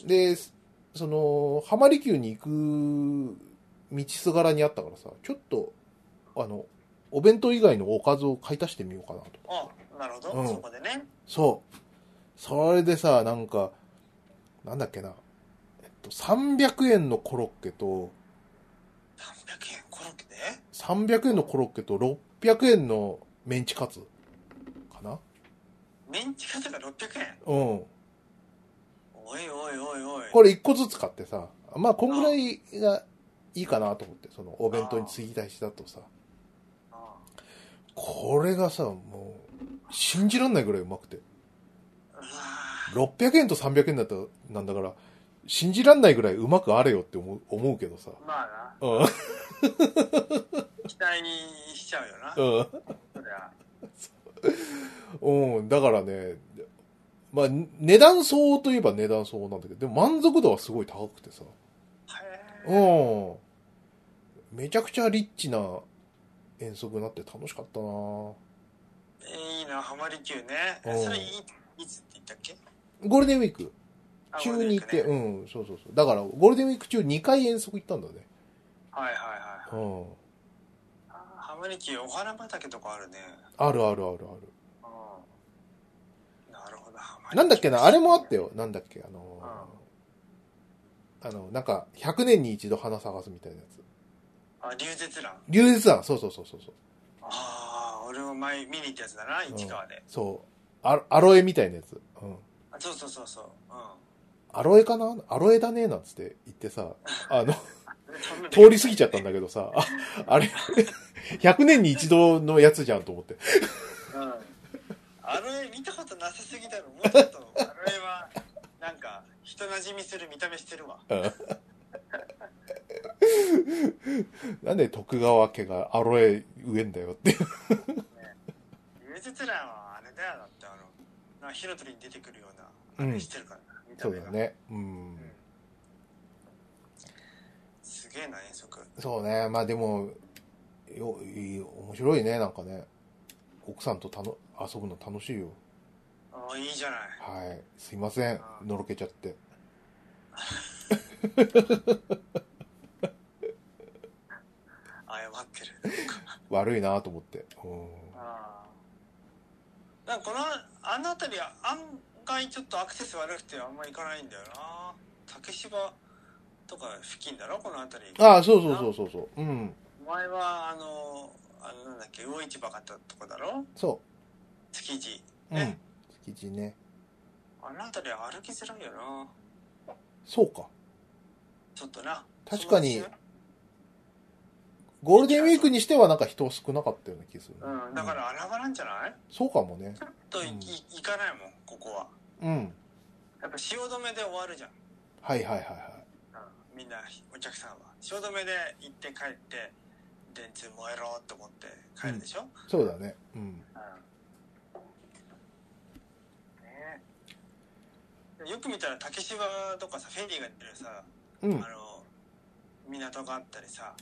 Speaker 1: ん
Speaker 2: で、その、浜離宮に行く道すがらにあったからさ、ちょっと、あの、お弁当以外のおかずを買い足してみようかなと。
Speaker 1: あなるほど、
Speaker 2: うん
Speaker 1: そこでね
Speaker 2: そう。それでさ、なんか、なんだっけな。えっと、300円のコロッケと、
Speaker 1: 300円コロッケで
Speaker 2: 300円のコロッケと600円のメンチカツかな
Speaker 1: メンチカツが600円
Speaker 2: うん。
Speaker 1: おいおいおいおい
Speaker 2: これ一個ずつ買ってさ、まあこんぐらいがいいかなと思って、そのお弁当に継ぎ足しだとさ、
Speaker 1: あ
Speaker 2: これがさ、もう、信じらんないぐらいうまくて。
Speaker 1: あうわ
Speaker 2: 600円と300円だったら、なんだから、信じらんないぐらいうまくあれよって思う思うけどさ。
Speaker 1: ーまあ
Speaker 2: うん、うん、
Speaker 1: な期待にしちゃうよなそりゃ
Speaker 2: うん、だからね、まあ値段相応といえば値段相応なんだけど、でも満足度はすごい高くてさ。
Speaker 1: へえ
Speaker 2: うん。めちゃくちゃリッチな遠足になって楽しかったなぁ。
Speaker 1: いいな浜離宮ね
Speaker 2: うん
Speaker 1: それいいつって言ったっけ
Speaker 2: ゴールデンウィーク
Speaker 1: あ
Speaker 2: 中に行って、
Speaker 1: ゴールデンウィークね
Speaker 2: うん、そうそうそう。だから、ゴールデンウィーク中2回遠足行ったんだね。
Speaker 1: はいはいはいは
Speaker 2: う
Speaker 1: い
Speaker 2: ん。
Speaker 1: あー浜離宮お花畑とかあるね
Speaker 2: あるあるある
Speaker 1: うんなるほど
Speaker 2: あ
Speaker 1: 浜離
Speaker 2: る。
Speaker 1: 宮
Speaker 2: なんだっけな、あれもあったよ。なんだっけ、あのーあの、なんか、100年に一度花探すみたいなやつ。
Speaker 1: あ流絶蘭
Speaker 2: 流月山、そうそうそうそうそう。
Speaker 1: ああ俺も前見に行ったやつだな市川で
Speaker 2: そう。アロアロエみたいなやつ。うん。
Speaker 1: あそうそうそうそうう
Speaker 2: アロエかなアロエだねなんつって言ってさ、あ の、
Speaker 1: んそんな
Speaker 2: 通り過ぎちゃったんだけどさ、あ、あれ、100年に一度のやつじゃんと思って。
Speaker 1: うんアロエ見たことなさすぎだろもうちょっとアロエはなんか人なじみする見た目してるわ
Speaker 2: なんで徳川家がアロエ植えんだよって。
Speaker 1: 流絶蘭はあれだよだってあのなんか火の鳥に出てくるような
Speaker 2: うん
Speaker 1: あれしてるからな、見た
Speaker 2: そ
Speaker 1: 目
Speaker 2: う
Speaker 1: が
Speaker 2: だね。う
Speaker 1: うんん。すげえな遠足
Speaker 2: そうね。まあでも、よ、いい、面白いね、なんかね。奥さんとたの、遊ぶの楽しいよ。
Speaker 1: ああいいじゃない
Speaker 2: はい。すいません。のろけちゃって。
Speaker 1: 謝ってる
Speaker 2: 悪いなと思って。うん。
Speaker 1: ああなんかこのあの辺りは案外ちょっとアクセス悪くてあんま行かないんだよな竹芝とか付近だろこの辺り
Speaker 2: ああ、そうそうそうそうそう。うん。
Speaker 1: 前はあのあのなんだっけ魚市場買ったとこだろ
Speaker 2: そ
Speaker 1: 築地
Speaker 2: う。うん
Speaker 1: ね。
Speaker 2: 築地ね。
Speaker 1: あの辺りは歩きづらいよな
Speaker 2: そうか。
Speaker 1: ちょっとな
Speaker 2: 確かにゴールデンウィークにしてはなんか人少なかったような気がするね、
Speaker 1: うんだから穴場なんじゃない
Speaker 2: そうかもね。
Speaker 1: ちょっとい
Speaker 2: うん
Speaker 1: い行かないもんここは
Speaker 2: うん。
Speaker 1: やっぱ汐留で終わるじゃん
Speaker 2: はいはいはいはい。
Speaker 1: みんなお客さんは汐留で行って帰って電通燃えろと思って帰るでしょ、
Speaker 2: そうだね。うん。
Speaker 1: ねえよく見たら竹芝とかさフェリーが出るさ、
Speaker 2: うん
Speaker 1: あ。の港があったりさ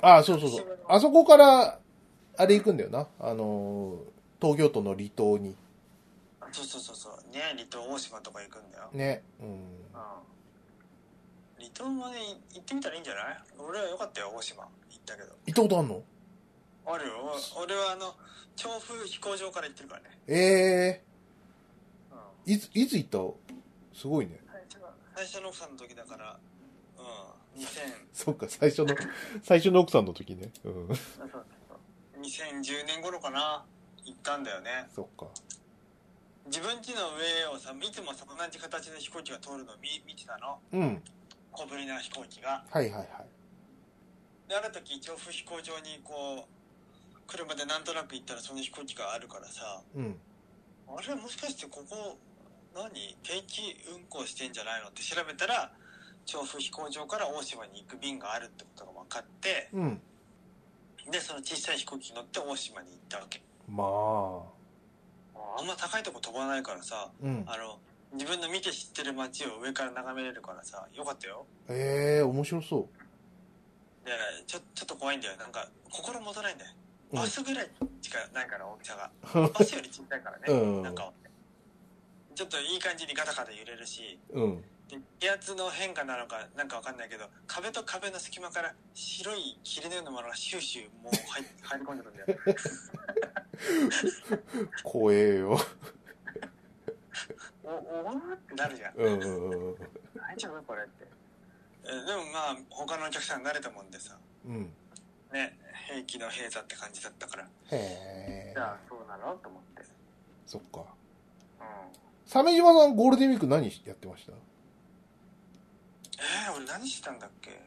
Speaker 2: ああ、そうそうそう。あそこから、あれ行くんだよな。あのー東京都の離島に。
Speaker 1: あそうそうそうそうね離島大島とか行くんだよ、
Speaker 2: ね。うん。
Speaker 1: うん離島もねい行ってみたらいいんじゃない俺は良かったよ大島行ったけど
Speaker 2: 行ったことあんの
Speaker 1: あるよ俺はあの調布飛行場から行ってるからね、
Speaker 2: ええ
Speaker 1: うん
Speaker 2: いつ、いつ行ったすごいね。
Speaker 1: 最初は最初の奥さんの時だから、うん、2000、
Speaker 2: そっか、最初の、 最初の奥さんの時ね。うん。
Speaker 1: 2010年頃かな、行ったんだよね。
Speaker 2: そっか。
Speaker 1: 自分家の上をさ、いつもさ同じ形で飛行機が通るのを見見てたの。
Speaker 2: うん。
Speaker 1: 小ぶりな飛行機が。
Speaker 2: はいはいはい。
Speaker 1: で、ある時、調布飛行場にこう、車でなんとなく行ったらその飛行機があるからさ、
Speaker 2: うん。
Speaker 1: あれもしかしてここ、何定期運行してんじゃないのって調べたら、調布飛行場から大島に行く便があるってことが分かって、
Speaker 2: うん。
Speaker 1: で、その小さい飛行機に乗って大島に行ったわけ。
Speaker 2: まあ。
Speaker 1: あんま高いとこ飛ばないからさ、
Speaker 2: うん。
Speaker 1: あの、自分の見て知ってる街を上から眺めれるからさ、よかったよ。
Speaker 2: ええ面白そ
Speaker 1: で、ちょ、ちょっと怖いんだよ。なんか、心もとないんだよ。
Speaker 2: うん
Speaker 1: バスぐらいしかないから、大きさが。バスより小さいからね。
Speaker 2: うん
Speaker 1: なんか、ちょっといい感じにガタガタ揺れるし、
Speaker 2: う。うん。
Speaker 1: で気圧の変化なのか、なんかわかんないけど、壁と壁の隙間から白い霧のようなものがシューシューもう 入っ入り込んでくるんだよ。
Speaker 2: 怖え
Speaker 1: お、
Speaker 2: よ。
Speaker 1: おーってなるじゃん。
Speaker 2: うんうんうんうん。
Speaker 1: 大丈夫これって。えでもまあ、他のお客さん慣れたもんでさ、
Speaker 2: うん。
Speaker 1: ね、平気の平座って感じだったから。
Speaker 2: へえ。
Speaker 1: そうなのと思って。
Speaker 2: そっか。
Speaker 1: うん。
Speaker 2: 鮫島さん、ゴールデンウィーク何やってました
Speaker 1: えー、俺何してたんだっけ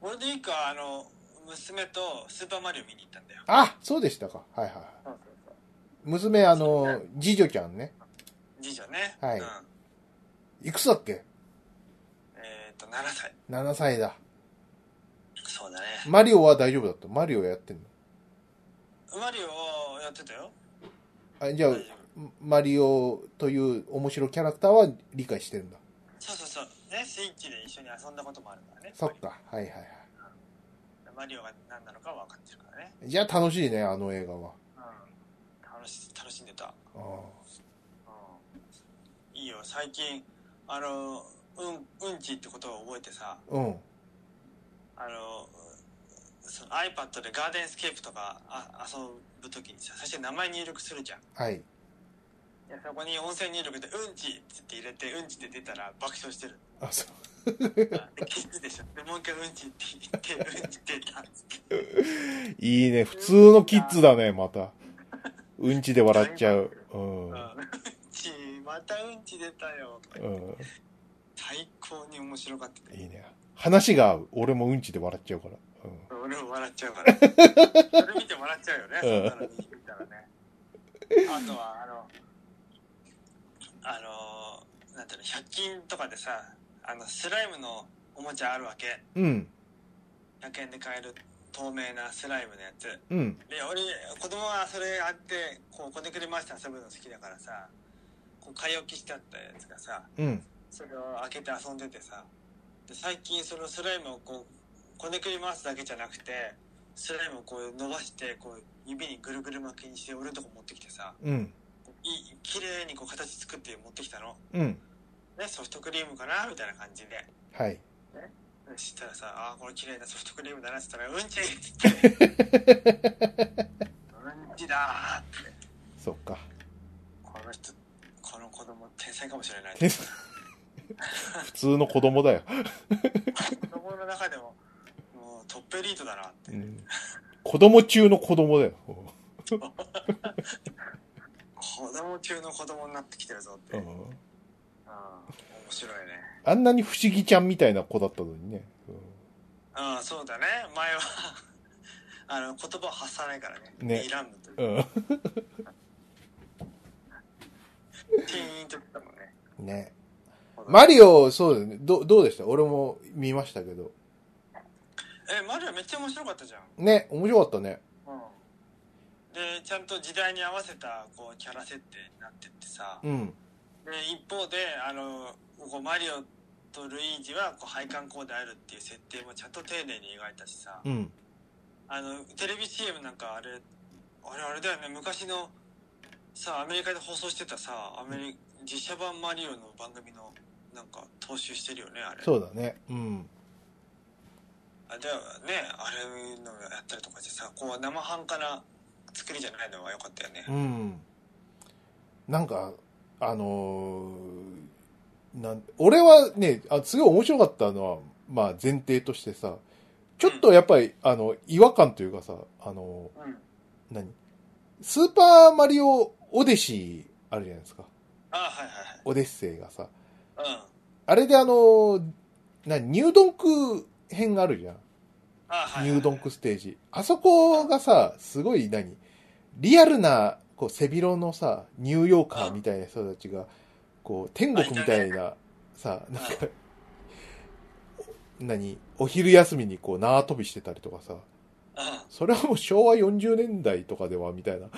Speaker 1: ゴールデンウィークはあの娘とスーパーマリオ見に行ったんだよ
Speaker 2: あ、そうでしたか。はいはいはい。
Speaker 1: そうそうそう
Speaker 2: 娘、あの、次女ちゃんね。
Speaker 1: 次女ね
Speaker 2: はい
Speaker 1: うん、
Speaker 2: いくつだっけ
Speaker 1: えっ、と7歳
Speaker 2: ?7 歳だ。
Speaker 1: そうだね
Speaker 2: マリオは大丈夫だった。マリオやってんの
Speaker 1: マリオをやってたよ
Speaker 2: あじゃあ
Speaker 1: 大、丈夫
Speaker 2: マリオという面白いキャラクターは理解してるんだ。
Speaker 1: そうそうそうねスイッチで一緒に遊んだこともあるからね
Speaker 2: そっか。はいはいは
Speaker 1: マリオが何なのか分かってるからね
Speaker 2: い。じゃあ楽しいね、あの映画は。
Speaker 1: うん楽し楽しんでた
Speaker 2: ああ
Speaker 1: うんいいよ最近あのうんうんちってことを覚えてさ
Speaker 2: うん。
Speaker 1: あのその iPad でガーデンスケープとかあ遊ぶときにさ最初に名前入力するじゃん
Speaker 2: はい。
Speaker 1: いやそこに音声入力で「うんち」っつって入れて「うんち」って出たら爆笑してる
Speaker 2: あ、そう。
Speaker 1: でケツでしょでもう一回「うんち」って言って「うんち」出たっつって
Speaker 2: いいね。普通のキッズだね、また。うんちで笑っちゃう。うん。
Speaker 1: うん「う
Speaker 2: うん
Speaker 1: ち」また「うんち」出たよ
Speaker 2: ん。
Speaker 1: 最高に面白かった
Speaker 2: いいね。話が合う。俺もうんちで笑っちゃうから。
Speaker 1: 俺も笑っちゃうからそれ見て笑っちゃうよねそんなの見たらねあとはあのあのなんていうの100均とかでさあのスライムのおもちゃあるわけ
Speaker 2: うん。うん。
Speaker 1: 100円で買える透明なスライムのやつ
Speaker 2: うん。
Speaker 1: で俺子供はそれあってこうこねくり回して遊ぶの好きだからさこう買い置きしてあったやつがさ
Speaker 2: うん。
Speaker 1: それを開けて遊んでてさで最近そのスライムをこうこねくり回すだけじゃなくてスライムをこう伸ばしてこう指にぐるぐる巻きにして俺のとこ持ってきてさ
Speaker 2: うん。
Speaker 1: いい綺麗にこう形作って持ってきたの、
Speaker 2: うん。
Speaker 1: ね、ソフトクリームかなみたいな感じで
Speaker 2: はい。
Speaker 1: そしたらさ「あーこれ綺麗なソフトクリームだな」っつったら「うんち」っつって「うんちだ」って
Speaker 2: そっか。
Speaker 1: この人この子供天才かもしれない
Speaker 2: 天才普通の子供だよ。
Speaker 1: 子供の中でももうトップエリートだなって、
Speaker 2: うん子供中の子供だよ。
Speaker 1: 子供中の子供になってきてるぞって、
Speaker 2: う
Speaker 1: うんん、面白いね
Speaker 2: あんなに不思議ちゃんみたいな子だったのにね。
Speaker 1: ああそうだね前は あの言葉を発さないからね
Speaker 2: ね
Speaker 1: いらんのという
Speaker 2: うんう
Speaker 1: ティーンと言ったもんね
Speaker 2: ん。ね。マリオ、そうだね。ど、どうでした俺も見ましたけど。
Speaker 1: えマリオめっちゃ面白かったじゃん、
Speaker 2: ね、面白かったね。
Speaker 1: でちゃんと時代に合わせたこうキャラ設定になってってさ、
Speaker 2: うん。
Speaker 1: で一方であのこうマリオとルイージはこう配管工であるっていう設定もちゃんと丁寧に描いたしさ
Speaker 2: うん。
Speaker 1: あのテレビ CM なんかあれあれあれだよね昔のさアメリカで放送してたさアメリ実写版マリオの番組のなんか踏襲してるよねあれ
Speaker 2: そうだね。うん。
Speaker 1: あでねあれのやったりとかしてさこう生半可な作りじゃないのは良かったよね
Speaker 2: うん。なんか、あのーなん俺はねあ、すごい面白かったのは、まあ前提としてさ、ちょっとやっぱり、あの、違和感というかさ、あの、
Speaker 1: うん。
Speaker 2: 何スーパーマリオオデシーあるじゃないですか。
Speaker 1: あはいは
Speaker 2: オデッセイがさ。
Speaker 1: いはい。うん。
Speaker 2: あれであの、な、ニュードンク編があるじゃん。
Speaker 1: あはいはいはい。
Speaker 2: ニュードンクステージ。あそこがさ、すごい何リアルな、こう、背広のさ、ニューヨーカーみたいな人たちが、こう、天国みたいな、さ、なんか、何お昼休みにこう、縄跳びしてたりとかさ、
Speaker 1: う
Speaker 2: それはもう昭和40年代とかでは、みたいな。
Speaker 1: ん。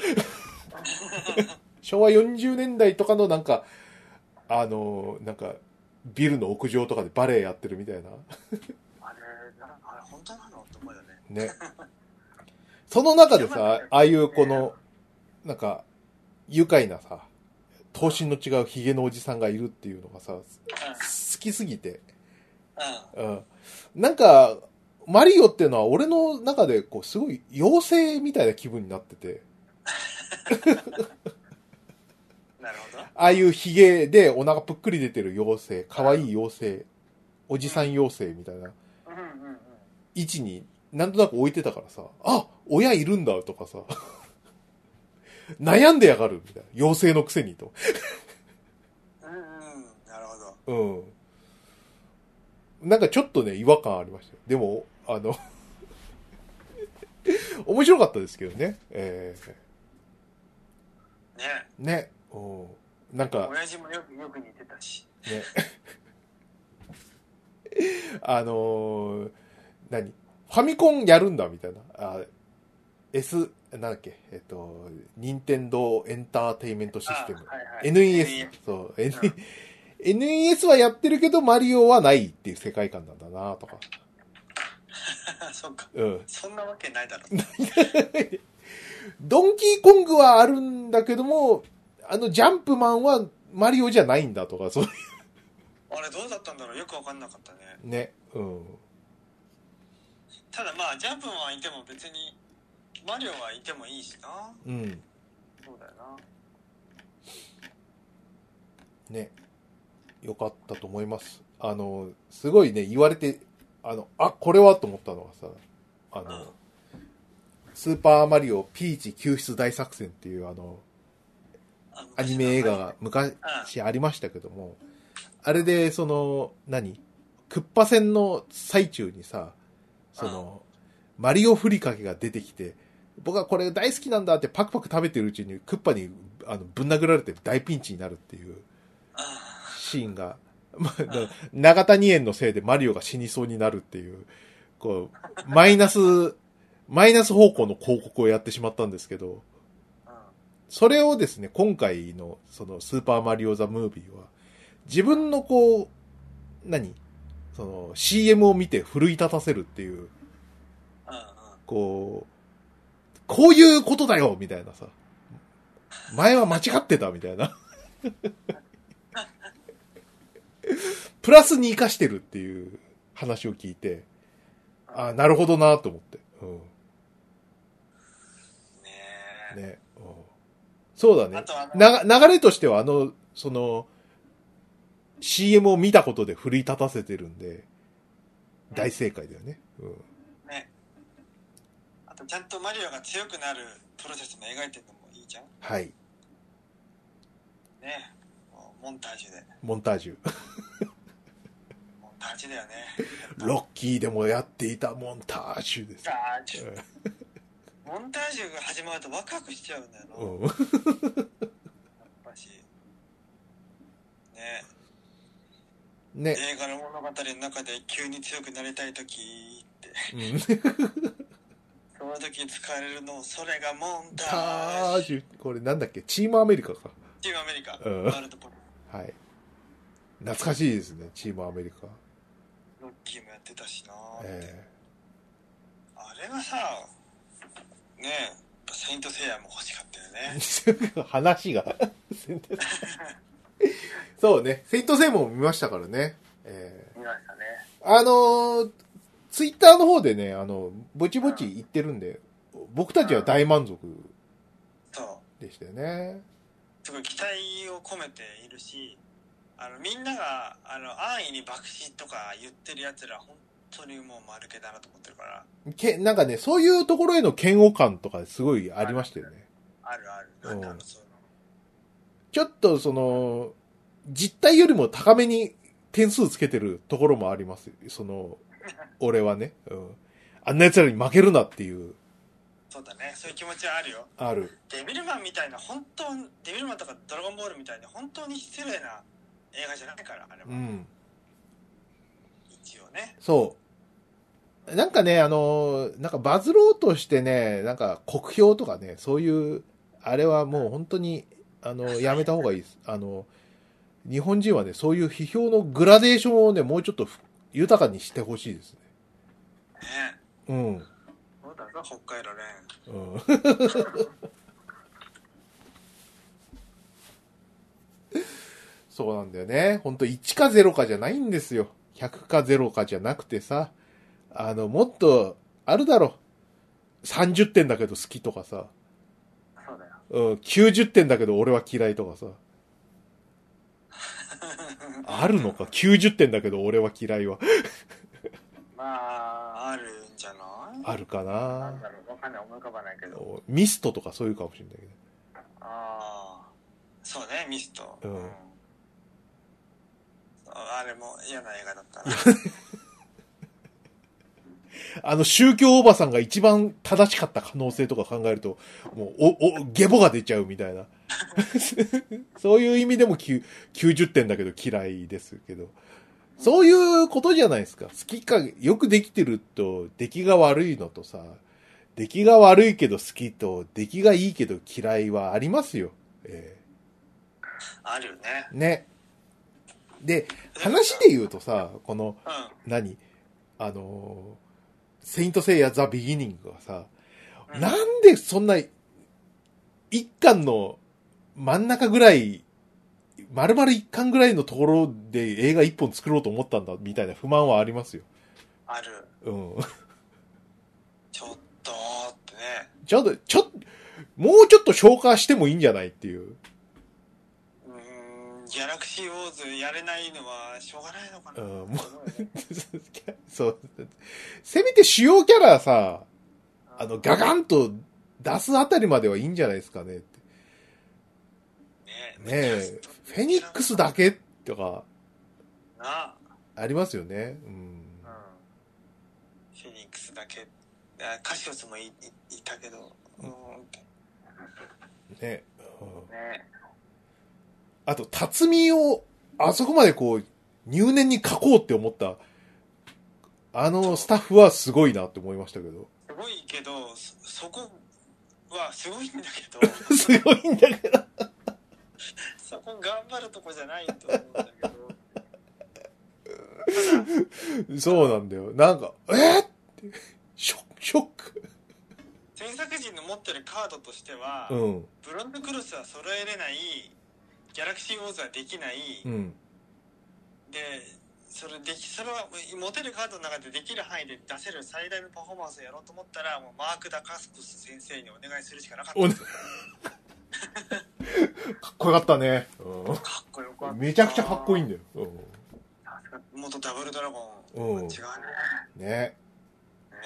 Speaker 2: 昭和40年代とかのなんか、あの、なんか、ビルの屋上とかでバレエやってるみたいな。
Speaker 1: あれ、なあれ本当なのって思うよね。
Speaker 2: ね。その中でさ、ああいうこの、なんか、愉快なさ、頭身の違うヒゲのおじさんがいるっていうのがさ、好きすぎて。
Speaker 1: うん。うん。
Speaker 2: うん。なんか、マリオっていうのは俺の中でこう、すごい妖精みたいな気分になってて、
Speaker 1: なるほど。
Speaker 2: ああいうヒゲでお腹ぷっくり出てる妖精、可愛い妖精、おじさん妖精みたいな
Speaker 1: うんうんうん。
Speaker 2: 位置になんとなく置いてたからさ、あ親いるんだとかさ、悩んでやがるみたいな。妖精のくせにと。
Speaker 1: うんうん。なるほど。
Speaker 2: うん。なんかちょっとね、違和感ありましたよ。でも、あの、面白かったですけどね。え
Speaker 1: ね。
Speaker 2: ー、ね。うん。なんか、
Speaker 1: 親父もよくよく似てたし。
Speaker 2: ね。あのー何ファミコンやるんだみたいな。あ S、なんだっけ、えっと、任天堂エンターテイメントシステム。
Speaker 1: あはいはい
Speaker 2: NES。そう、N NES はやってるけど、マリオはないっていう世界観なんだなとか。
Speaker 1: そっか。
Speaker 2: うん。
Speaker 1: そんなわけないだろ。
Speaker 2: ドンキーコングはあるんだけども、あの、ジャンプマンはマリオじゃないんだとか、そう
Speaker 1: あれどうだったんだろうよくわかんなかったね。
Speaker 2: ね。うん。
Speaker 1: ただまあ、ジャンプマンはいても別に、マリオはいてもいいしな。
Speaker 2: うん。
Speaker 1: そうだよな。
Speaker 2: ね、良かったと思います。あの、すごいね、言われて、あの、あ、これはと思ったのがさ、あの、
Speaker 1: うん
Speaker 2: スーパーマリオピーチ救出大作戦っていうあの、
Speaker 1: あ
Speaker 2: アニメ映画。が昔ありましたけども、あれで、その、何クッパ戦の最中にさ、その、マリオふりかけが出てきて、僕はこれ大好きなんだってパクパク食べてるうちにクッパにあのぶん殴られて大ピンチになるっていう。
Speaker 1: あ
Speaker 2: シーンが、 まあ、だから長谷園のせいでマリオが死にそうになるっていう、こう、マイナス、 マイナス方向の広告をやってしまったんですけど、
Speaker 1: あ
Speaker 2: それをですね、今回のそのスーパーマリオザムービーは、自分のこう、何その CM を見て奮い立たせるっていう、
Speaker 1: うん。うんうん。
Speaker 2: こう、こういうことだよみたいなさ。前は間違ってたみたいな。 プラスに活かしてるっていう話を聞いて、ああ、なるほどなと思って。う
Speaker 1: ね
Speaker 2: ん。
Speaker 1: え。
Speaker 2: ね。うんそうだね
Speaker 1: あ。とあの、
Speaker 2: な、流れとしてはあの、その、CM を見たことで奮い立たせてるんで、大正解だよね。うん。
Speaker 1: ね。あとちゃんとマリオが強くなるプロセスも描いてるのもいいじゃん。
Speaker 2: はい。
Speaker 1: ね。もうモンタージュで。
Speaker 2: モンタージュ。
Speaker 1: モンタージュだよね。
Speaker 2: ロッキーでもやっていたモンタージュです
Speaker 1: モンタ。ージュ。モンタージュが始まるとワクワクしちゃうんだよな。
Speaker 2: う
Speaker 1: やっ
Speaker 2: ん。
Speaker 1: ぱし。ね。
Speaker 2: ね。
Speaker 1: 映画の物語の中で急に強くなりたい時って、
Speaker 2: うん。
Speaker 1: その時に使われるの、それがモンタ
Speaker 2: タ
Speaker 1: ー
Speaker 2: ー
Speaker 1: ジュ。
Speaker 2: ジュ、これなんだっけチームアメリカか。
Speaker 1: チームアメリカ。
Speaker 2: うん
Speaker 1: ワールドポリ
Speaker 2: はい。懐かしいですね、チームアメリカ。
Speaker 1: ロッキーもやってたしなって。
Speaker 2: え
Speaker 1: あれはさ、ねえ、やっぱセイントセイヤも欲しかったよ
Speaker 2: え
Speaker 1: ね。
Speaker 2: 話が。そうね、セイントセイも見ましたからね。ええ
Speaker 1: 見ましたね。
Speaker 2: あのーツイッターの方でね、あの、ぼちぼち言ってるんで、僕たちは大満足
Speaker 1: そう。
Speaker 2: でしたよね。
Speaker 1: すごい期待を込めているし、あのみんながあの安易に爆死とか言ってるやつら本当にもう丸けだなと思ってるから
Speaker 2: け、なんかね、そういうところへの嫌悪感とかすごいありましたよね。
Speaker 1: あるあるなんであ
Speaker 2: うん
Speaker 1: のそういうの
Speaker 2: ちょっとその、実態よりも高めに点数つけてるところもあります。そ の、俺はね。うん。あんな奴らに負けるなっていう、
Speaker 1: そうだねそういう気持ちはあるよ
Speaker 2: ある。
Speaker 1: デビルマンみたいな本当デビルマンとかドラゴンボールみたいな本当に失礼な映画じゃないからあれは、
Speaker 2: うん。
Speaker 1: 一応ね
Speaker 2: そう。なんかね、あの、なんかバズろうとしてね、なんか酷評とかね、そういう、あれはもう本当に、あの、やめた方がいいです。 あの、日本人はね、そういう批評のグラデーションをね、もうちょっとふ豊かにしてほしいですね。
Speaker 1: ね
Speaker 2: うん。うん。
Speaker 1: そうだぞ北海道連
Speaker 2: そうなんだよね。ほんと1か0かじゃないんですよ。100か0かじゃなくてさ、あの、もっと、あるだろ。30点だけど好きとかさ、
Speaker 1: そうだよ
Speaker 2: うん、90点だけど俺は嫌いとかさ、あるのか ?90 点だけど俺は嫌いは。
Speaker 1: まああるんじゃない
Speaker 2: ある
Speaker 1: な
Speaker 2: か
Speaker 1: ん
Speaker 2: な
Speaker 1: だろうわかんない思い浮かばないけど
Speaker 2: ミストとかそういうかもしれないけど。
Speaker 1: ああそうねミスト
Speaker 2: うん
Speaker 1: ああれも嫌な映画だったな
Speaker 2: あの宗教おばさんが一番正しかった可能性とか考えると、もう、お、お、ゲボが出ちゃうみたいな。 そういう意味でもきゅ90点だけど嫌いですけど。そういうことじゃないですか。好きか、よくできてると、出来が悪いのとさ、出来が悪いけど好きと、出来がいいけど嫌いはありますよ。え
Speaker 1: あるよね
Speaker 2: えね。で、話で言うとさ、この、
Speaker 1: うん
Speaker 2: 何あのーセイントセイヤザ・ビギニングはさ、
Speaker 1: うん
Speaker 2: なんでそんな、一巻の真ん中ぐらい、丸々一巻ぐらいのところで映画一本作ろうと思ったんだ、みたいな不満はありますよ。
Speaker 1: ある
Speaker 2: うん。
Speaker 1: ちょっとーってね
Speaker 2: ちょっと、ちょっと、もうちょっと消化してもいいんじゃないっていう。
Speaker 1: うーんギャラクシーウォーズやれないのはしょうがないのかな
Speaker 2: うんもう
Speaker 1: すごいね
Speaker 2: そう。せめて主要キャラさ、 あの、ガガ
Speaker 1: ね
Speaker 2: ンと出すあたりまではいいんじゃないですかねって。ねえ、フェニックスだけとか、
Speaker 1: な
Speaker 2: ありますよね。うん。
Speaker 1: うんフェニックスだけあカシオスもいいいたけどうーんって
Speaker 2: ね。うん
Speaker 1: ね
Speaker 2: あと、辰巳を、あそこまでこう、入念に書こうって思った、あのスタッフはすごいなって思いましたけ ど。
Speaker 1: すごいけどそそこはすごいんだけど
Speaker 2: すごいんだけど。
Speaker 1: そこ頑張るとこじゃないと思うんだけど
Speaker 2: そうなんだよ。なんか、えーって、ショック、ショック。
Speaker 1: 制作陣の持ってるカードとしては、
Speaker 2: うん、
Speaker 1: ブロンドクロスは揃えれないギャラクシーウォーズはできない、
Speaker 2: うん、
Speaker 1: でそれできそれは持てるカードの中でできる範囲で出せる最大のパフォーマンスをやろうと思ったらもうマーク・ダ・カスコス先生にお願いするしかなかったんですよ
Speaker 2: かっこよかったね。う
Speaker 1: かっこよかった
Speaker 2: ん、めちゃくちゃかっこいいん
Speaker 1: だ
Speaker 2: だよ。うん
Speaker 1: 元ダブルドラゴン、
Speaker 2: うん
Speaker 1: 違うね
Speaker 2: ね、
Speaker 1: ねえ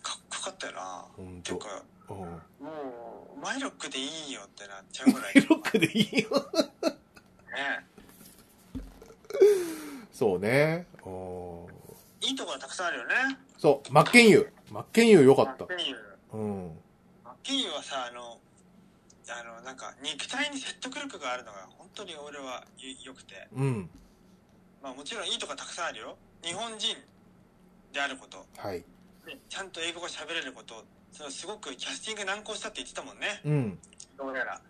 Speaker 1: かっこよかったよな
Speaker 2: ほん
Speaker 1: てい
Speaker 2: と
Speaker 1: う。か
Speaker 2: うん
Speaker 1: もうマイロックでいいよってなっちゃうぐらい
Speaker 2: エロックでいいよ。
Speaker 1: ね
Speaker 2: そうね。うん
Speaker 1: いいところたくさんあるよね
Speaker 2: そう、真剣佑。真剣佑良かった
Speaker 1: マ。ッケンユー
Speaker 2: うん。
Speaker 1: マッケンユーはさあのあのなんか肉体に説得力があるのが本当に俺はよくて
Speaker 2: うん。
Speaker 1: まあもちろんいいとこたくさんあるよ。日本人であること、
Speaker 2: はい。
Speaker 1: ねちゃんと英語が喋れること、そのすごくキャスティング難航したって言ってたもんね。
Speaker 2: うん。
Speaker 1: どうやら。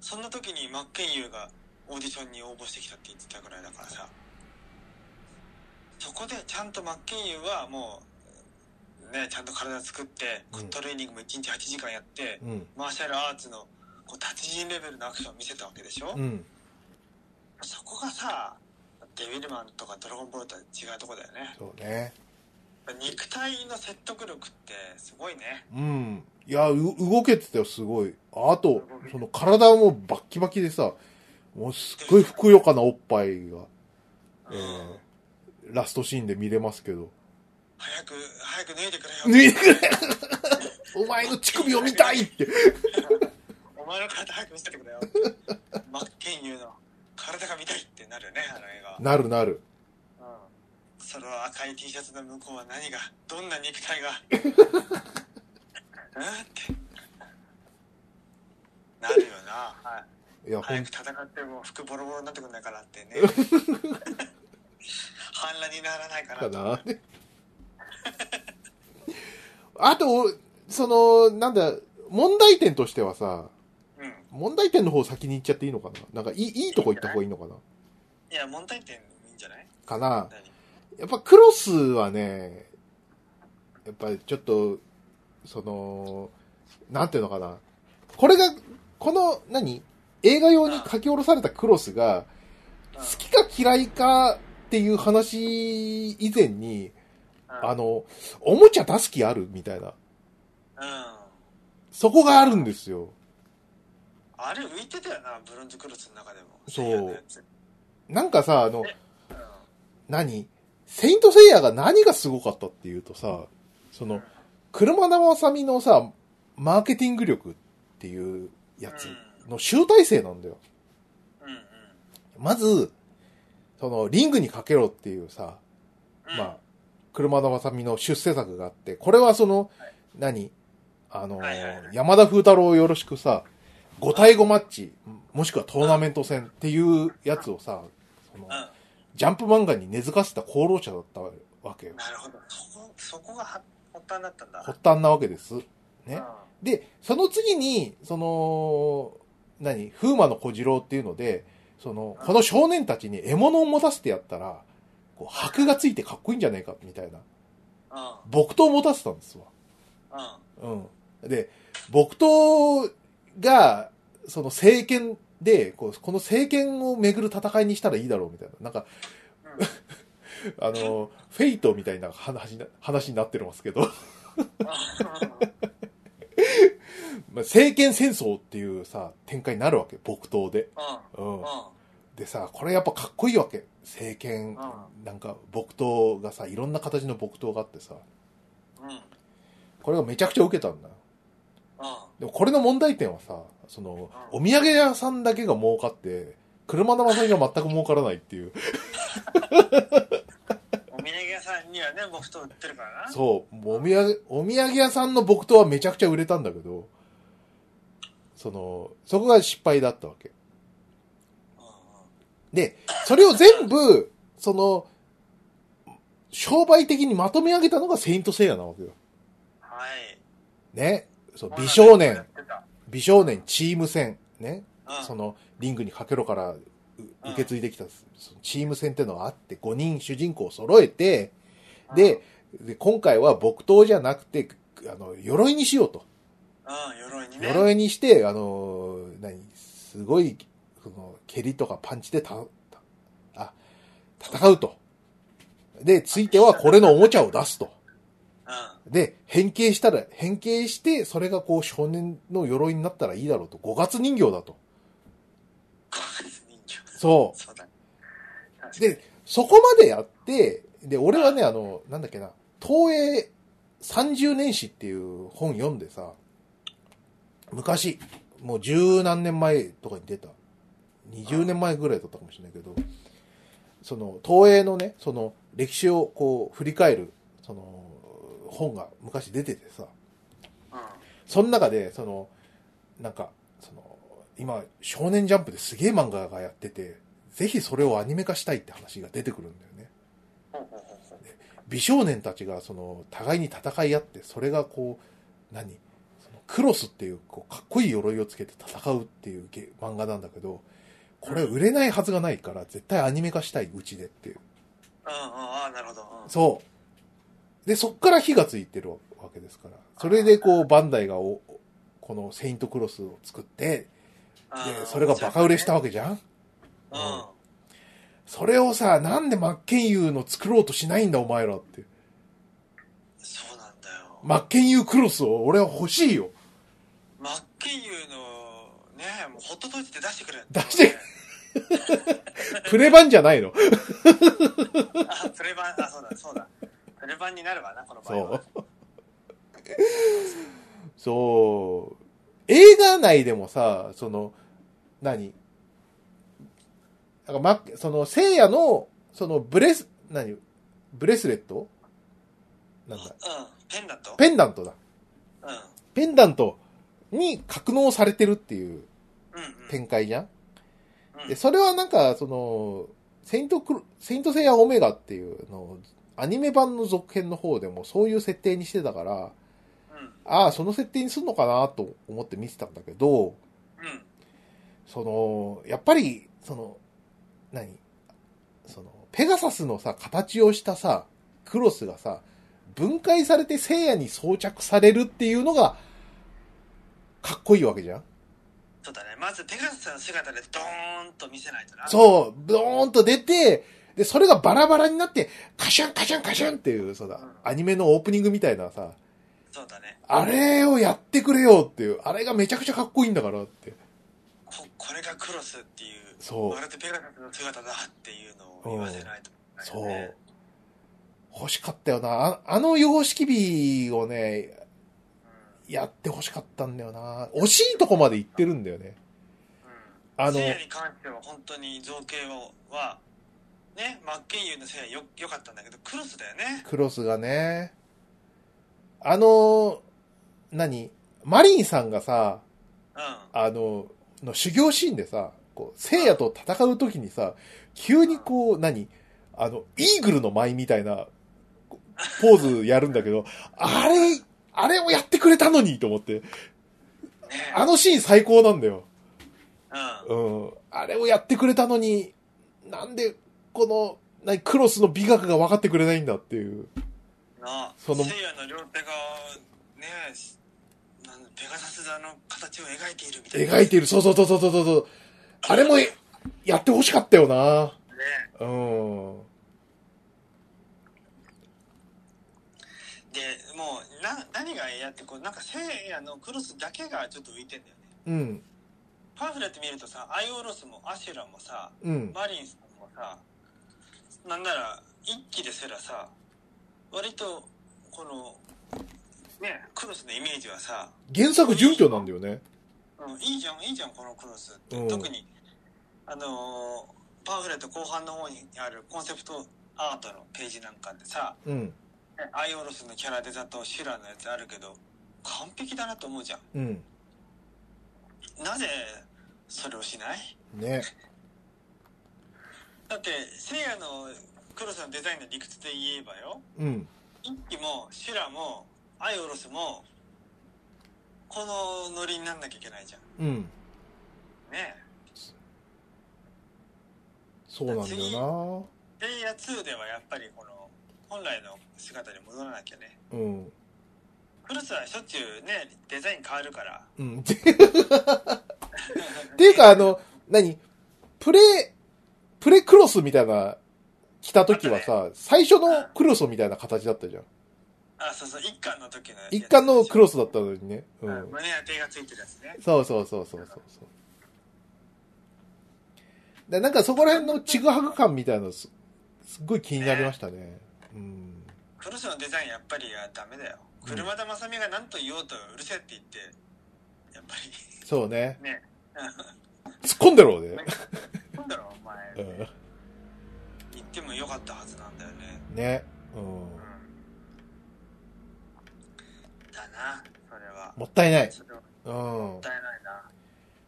Speaker 1: そんな時にマッケンユーがオーディションに応募してきたって言ってたぐらいだからさ。そこでちゃんとマッケンユーはもう、ね、ちゃんと体作って
Speaker 2: うん、
Speaker 1: トレーニングも1日8時間やって、
Speaker 2: うん。
Speaker 1: マーシャルアーツのこう達人レベルのアクションを見せたわけでしょ、
Speaker 2: うん。
Speaker 1: そこがさ、デビルマンとかドラゴンボールとは違うとこだよね。
Speaker 2: そうね。
Speaker 1: 肉体の説得力ってすごいね
Speaker 2: うん。いや、う動けてたよ、すごい。あと、その体もバッキバキでさ、もうすっごいふくよかなおっぱいが、え
Speaker 1: うん
Speaker 2: ーラストシーンで見れますけど。
Speaker 1: 早く早く脱いでくれよ
Speaker 2: 脱いでくれお前の乳首を見たいって。
Speaker 1: お前の体早く見せてくれよ真剣佑の体が見たいってなるよねあの映画は
Speaker 2: なるなる。
Speaker 1: うんその赤い T シャツの向こうは何がどんな肉体が うんってなるよな、はい
Speaker 2: いや、ほ
Speaker 1: 早
Speaker 2: ん
Speaker 1: く、戦っても服ボロボロになってくんないかなってね 反乱にならないかな
Speaker 2: か
Speaker 1: と
Speaker 2: な。あと、その、なんだ、問題点としてはさ、
Speaker 1: うん
Speaker 2: 問題点の方先に行っちゃっていいのかななんかいい、いいとこ行った方がいいのかない
Speaker 1: や問題点いいんじゃない
Speaker 2: かな
Speaker 1: 何
Speaker 2: やっぱクロスはね、やっぱりちょっと、その、なんていうのかな。これが、この、何映画用に書き下ろされたクロスが、
Speaker 1: う
Speaker 2: 好
Speaker 1: ん
Speaker 2: きか嫌いかっていう話以前に、あの、おもちゃ出す気あるみたいな。
Speaker 1: うん
Speaker 2: そこがあるんですよ。
Speaker 1: あれ浮いてたよなブロンズクロスの中でも
Speaker 2: そう
Speaker 1: セイヤのやつ
Speaker 2: なんかさ、あ
Speaker 1: う
Speaker 2: の、
Speaker 1: ん
Speaker 2: 何セイントセイヤが何がすごかったっていうとさ、その、車田正美のさ、マーケティング力っていうやつの集大成なんだよ。
Speaker 1: うんうん
Speaker 2: まず、その、リングにかけろっていうさ、
Speaker 1: うん
Speaker 2: まあ、車田正美の出世作があって、これはその、
Speaker 1: はい
Speaker 2: 何あのー、
Speaker 1: はいはいはい
Speaker 2: 山田風太郎をよろしくさ、5対5マッチ、もしくはトーナメント戦っていうやつをさ、その
Speaker 1: うん
Speaker 2: ジャンプ漫画に根付かせた功労者だったわけよ。
Speaker 1: なるほどそこそこがは発端だったんだ
Speaker 2: 発端なわけです。
Speaker 1: う
Speaker 2: ね
Speaker 1: ん。
Speaker 2: で、その次に、その、何風魔の小次郎っていうので、その、この少年たちに獲物を持たせてやったら、こう、箔がついてかっこいいんじゃないか、みたいな。
Speaker 1: うん
Speaker 2: 木刀を持たせたんですわ。
Speaker 1: うん
Speaker 2: うん。で、木刀が、その政権で、こう、この政権をめぐる戦いにしたらいいだろうみたいな。なんか、 あの、フェイトみたいな話な話になってますけど、
Speaker 1: う
Speaker 2: まあ政権戦争っていうさ、展開になるわけ、木刀で。うん
Speaker 1: んうん。
Speaker 2: でさ、これやっぱかっこいいわけ。政権
Speaker 1: う、
Speaker 2: なんか木刀がさ、いろんな形の木刀があってさ、
Speaker 1: うんうん
Speaker 2: これがめちゃくちゃ受けたんだよ。
Speaker 1: う
Speaker 2: でもこれの問題点はさ、その、
Speaker 1: う
Speaker 2: お土産屋さんだけが儲かって、車のまさみが全く儲からないっていう。
Speaker 1: んお土産屋さんにはね僕と売ってるからな
Speaker 2: そう、お土産、お土産屋さんの木刀はめちゃくちゃ売れたんだけど、その、そこが失敗だったわけ。
Speaker 1: うんう
Speaker 2: で、それを全部、その、商売的にまとめ上げたのがセイントセイヤなわけよ。
Speaker 1: んはい
Speaker 2: ね。そう、美少
Speaker 1: やっ
Speaker 2: 年、
Speaker 1: てた
Speaker 2: 美少年チーム戦、ね。
Speaker 1: うん
Speaker 2: そのリングにかけろからう受け継いできたそのチーム戦っていうのがあって5人主人公を揃えてでで今回は木刀じゃなくてあの鎧にしようと
Speaker 1: うん鎧にね
Speaker 2: 鎧にしてあの何すごいその蹴りとかパンチでたたあ戦うとでついてはこれのおもちゃを出すと
Speaker 1: うん
Speaker 2: で変形したら変形してそれがこう少年の鎧になったらいいだろうと5月人形だと
Speaker 1: 五月人形
Speaker 2: そう
Speaker 1: そうだ
Speaker 2: で、そこまでやって、で、俺はね、あの、なんだっけな、東映30年史っていう本読んでさ、昔、もう十何年前とかに出た。20年前ぐらいだったかもしれないけど、その、東映のね、その、歴史をこう、振り返る、その、本が昔出ててさ、
Speaker 1: うん
Speaker 2: その中で、その、なんか、その、今、少年ジャンプですげえ漫画がやってて、ぜひそれをアニメ化したいって話が出てくるんだよね。
Speaker 1: ほうほうほうほう
Speaker 2: 美少年たちが、その、互いに戦い合って、それがこう、何そのクロスっていう、こう、かっこいい鎧をつけて戦うっていうゲ漫画なんだけど、これ売れないはずがないから、絶対アニメ化したい、うちでっていう。
Speaker 1: うんうんああなるほどうん
Speaker 2: そう。で、そっから火がついてるわけですから。それでこう、バンダイがお、このセイントクロスを作って、
Speaker 1: う
Speaker 2: で、
Speaker 1: ん
Speaker 2: それがバカ売れしたわけじゃん
Speaker 1: うん
Speaker 2: それをさ、なんで真剣佑の作ろうとしないんだお前らって。
Speaker 1: そうなんだよ
Speaker 2: 真剣佑クロスを俺は欲しいよ。
Speaker 1: 真っ金融のねもうホットドイツで出してくれ
Speaker 2: 出してプレ版じゃないの。
Speaker 1: あ、プレ版、あ、そうだ、そうだ。プレ版になるわな、この場合は。
Speaker 2: そう。そう。映画内でもさ、その、何なんか、ま、その、聖夜の、その、ブレス、何ブレスレットなんだ。
Speaker 1: うん、ペンダント
Speaker 2: ペンダントだ。
Speaker 1: うん。
Speaker 2: ペンダントに格納されてるっていう
Speaker 1: うん、うん。
Speaker 2: 展開じゃん
Speaker 1: うん
Speaker 2: で、それはなんか、その、セイントクロ、セイントセイヤオメガっていうのを、アニメ版の続編の方でもそういう設定にしてたから、
Speaker 1: うん、
Speaker 2: ああ、その設定にすんのかなと思って見てたんだけど、
Speaker 1: うん。
Speaker 2: その、やっぱり、その、何その、ペガサスのさ、形をしたさ、クロスがさ、分解されて聖夜に装着されるっていうのが、かっこいいわけじゃん
Speaker 1: そうだね。まず、ペガサスの姿でドーンと見せないとな。う。
Speaker 2: そう、ドーンと出て、で、それがバラバラになって、カシャンカシャンカシャンっていう、そうだ
Speaker 1: うん、
Speaker 2: アニメのオープニングみたいなさ、
Speaker 1: そうだね。
Speaker 2: あれをやってくれよっていう、あれがめちゃくちゃかっこいいんだからって。
Speaker 1: こ、これがクロスっていう、
Speaker 2: そう
Speaker 1: まるでペガサスの姿だっていうのを言わせないと、
Speaker 2: そう。。欲しかったよな。ああの様式美をね、やって欲しかったんだよな。惜しいとこまで行ってるんだよね。
Speaker 1: うん。
Speaker 2: あの
Speaker 1: 聖夜に関しては本当に造形をは、ね、マッケンユーの聖夜よ、良かったんだけど、クロスだよね。
Speaker 2: クロスがね。あの、何マリンさんがさ、
Speaker 1: うん。
Speaker 2: あの、の修行シーンでさ、こう、聖夜と戦う時にさ、急にこう、何あの、イーグルの舞みたいな、こうポーズやるんだけど、あれ、あれをやってくれたのにと思って、
Speaker 1: ね
Speaker 2: あのシーン最高なんだよ。
Speaker 1: うん。
Speaker 2: うん。あれをやってくれたのに、なんで、この、何クロスの美学が分かってくれないんだっていう。
Speaker 1: な
Speaker 2: その
Speaker 1: 聖夜の両手が、ね、しなんだペガサス座の形を描いているみたいな。
Speaker 2: 描いている。そうそうそうそうそうそう。あれもえ、やってほしかったよな。
Speaker 1: ね。
Speaker 2: うん。
Speaker 1: でもうな何が嫌ってこうなんか聖夜のクロスだけがちょっと浮いてんだよね
Speaker 2: うん。
Speaker 1: パンフレット見るとさアイオロスもアシュラもさ
Speaker 2: うん。
Speaker 1: マリンさんもさなんなら一期ですらさ割とこのねクロスのイメージはさ、
Speaker 2: 原作準拠なんだよね。
Speaker 1: うん、いいじゃんいいじゃんこのクロスって、
Speaker 2: うん
Speaker 1: 特にあのーパンフレット後半の方にあるコンセプトアートのページなんかでさ
Speaker 2: うん。
Speaker 1: ねアイオロスのキャラデザとシュラのやつあるけど完璧だなと思うじゃん
Speaker 2: うん。
Speaker 1: なぜそれをしない
Speaker 2: ね。
Speaker 1: だってせいやのクロスのデザインの理屈で言えばよ
Speaker 2: うん。
Speaker 1: 一気もシュラもアイオロスもこのノリになんなきゃいけないじゃん
Speaker 2: うん。
Speaker 1: ね
Speaker 2: そうなんだよ
Speaker 1: えレイヤー2ではやっぱりこの本来の姿に戻らなきゃね
Speaker 2: な。うん。
Speaker 1: クロスはしょっちゅうねデザイン変わるから
Speaker 2: うん。 っていうか、あの、何プレ、プレクロスみたいな、来た時は さ、最初のクロスみたいな形だったじゃん。
Speaker 1: あそうそう一巻の時のやつ
Speaker 2: 一貫のクロスだったのにね。う
Speaker 1: うん
Speaker 2: ん。
Speaker 1: 胸当てがついてるやつね
Speaker 2: そうそうそうそうそうそう。でなんかそこら辺のちぐはぐ感みたいなのす、すっごい気になりましたね。うん。
Speaker 1: クロスのデザインやっぱりあダメだよ
Speaker 2: うん
Speaker 1: 車田正美が何と言おうとうるせえって言ってやっぱり
Speaker 2: そうね。
Speaker 1: ね
Speaker 2: 突っ込んでろうね。
Speaker 1: なんだろお前、
Speaker 2: うん
Speaker 1: 言ってもよかったはずなんだよね
Speaker 2: ね。う。
Speaker 1: うんんだなそれは
Speaker 2: もったいない。
Speaker 1: それはも
Speaker 2: うん
Speaker 1: っ。たいないな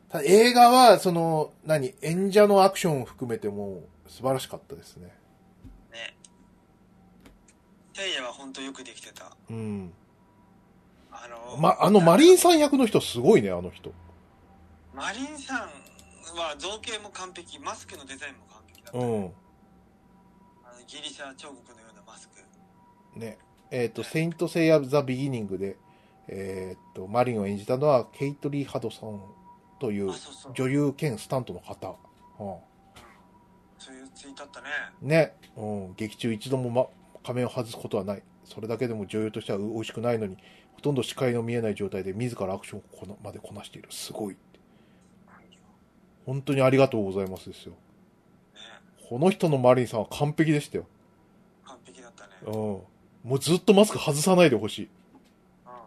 Speaker 2: ただ映画は、その、何、演者のアクションを含めても素晴らしかったですね。
Speaker 1: ねせいやは本当よくできてた
Speaker 2: うん。
Speaker 1: あの
Speaker 2: ま、あの、マリンさん役の人すごいね、あの人。
Speaker 1: マリンさんは造形も完璧マスクのデザインも完璧だった、
Speaker 2: うん。
Speaker 1: あのギリシャ彫刻のようなマスク
Speaker 2: ね。えっ、と、セイント・セイヤ・ザ・ビギニングで、えっ、と、マリンを演じたのは、ケイトリー・ハドソンという
Speaker 1: あそうそう
Speaker 2: 女優兼スタントの方。う
Speaker 1: そういうツイートあったね
Speaker 2: ん、ね。うん。劇中一度も、ま、仮面を外すことはない。それだけでも女優としては美味しくないのに、ほとんど視界の見えない状態で自らアクションをこのまでこなしている。すごい。本当にありがとうございますですよ。
Speaker 1: ね
Speaker 2: この人のマリンさんは完璧でしたよ。
Speaker 1: 完璧だったね
Speaker 2: うん。もうずっとマスク外さないでほしい。
Speaker 1: うん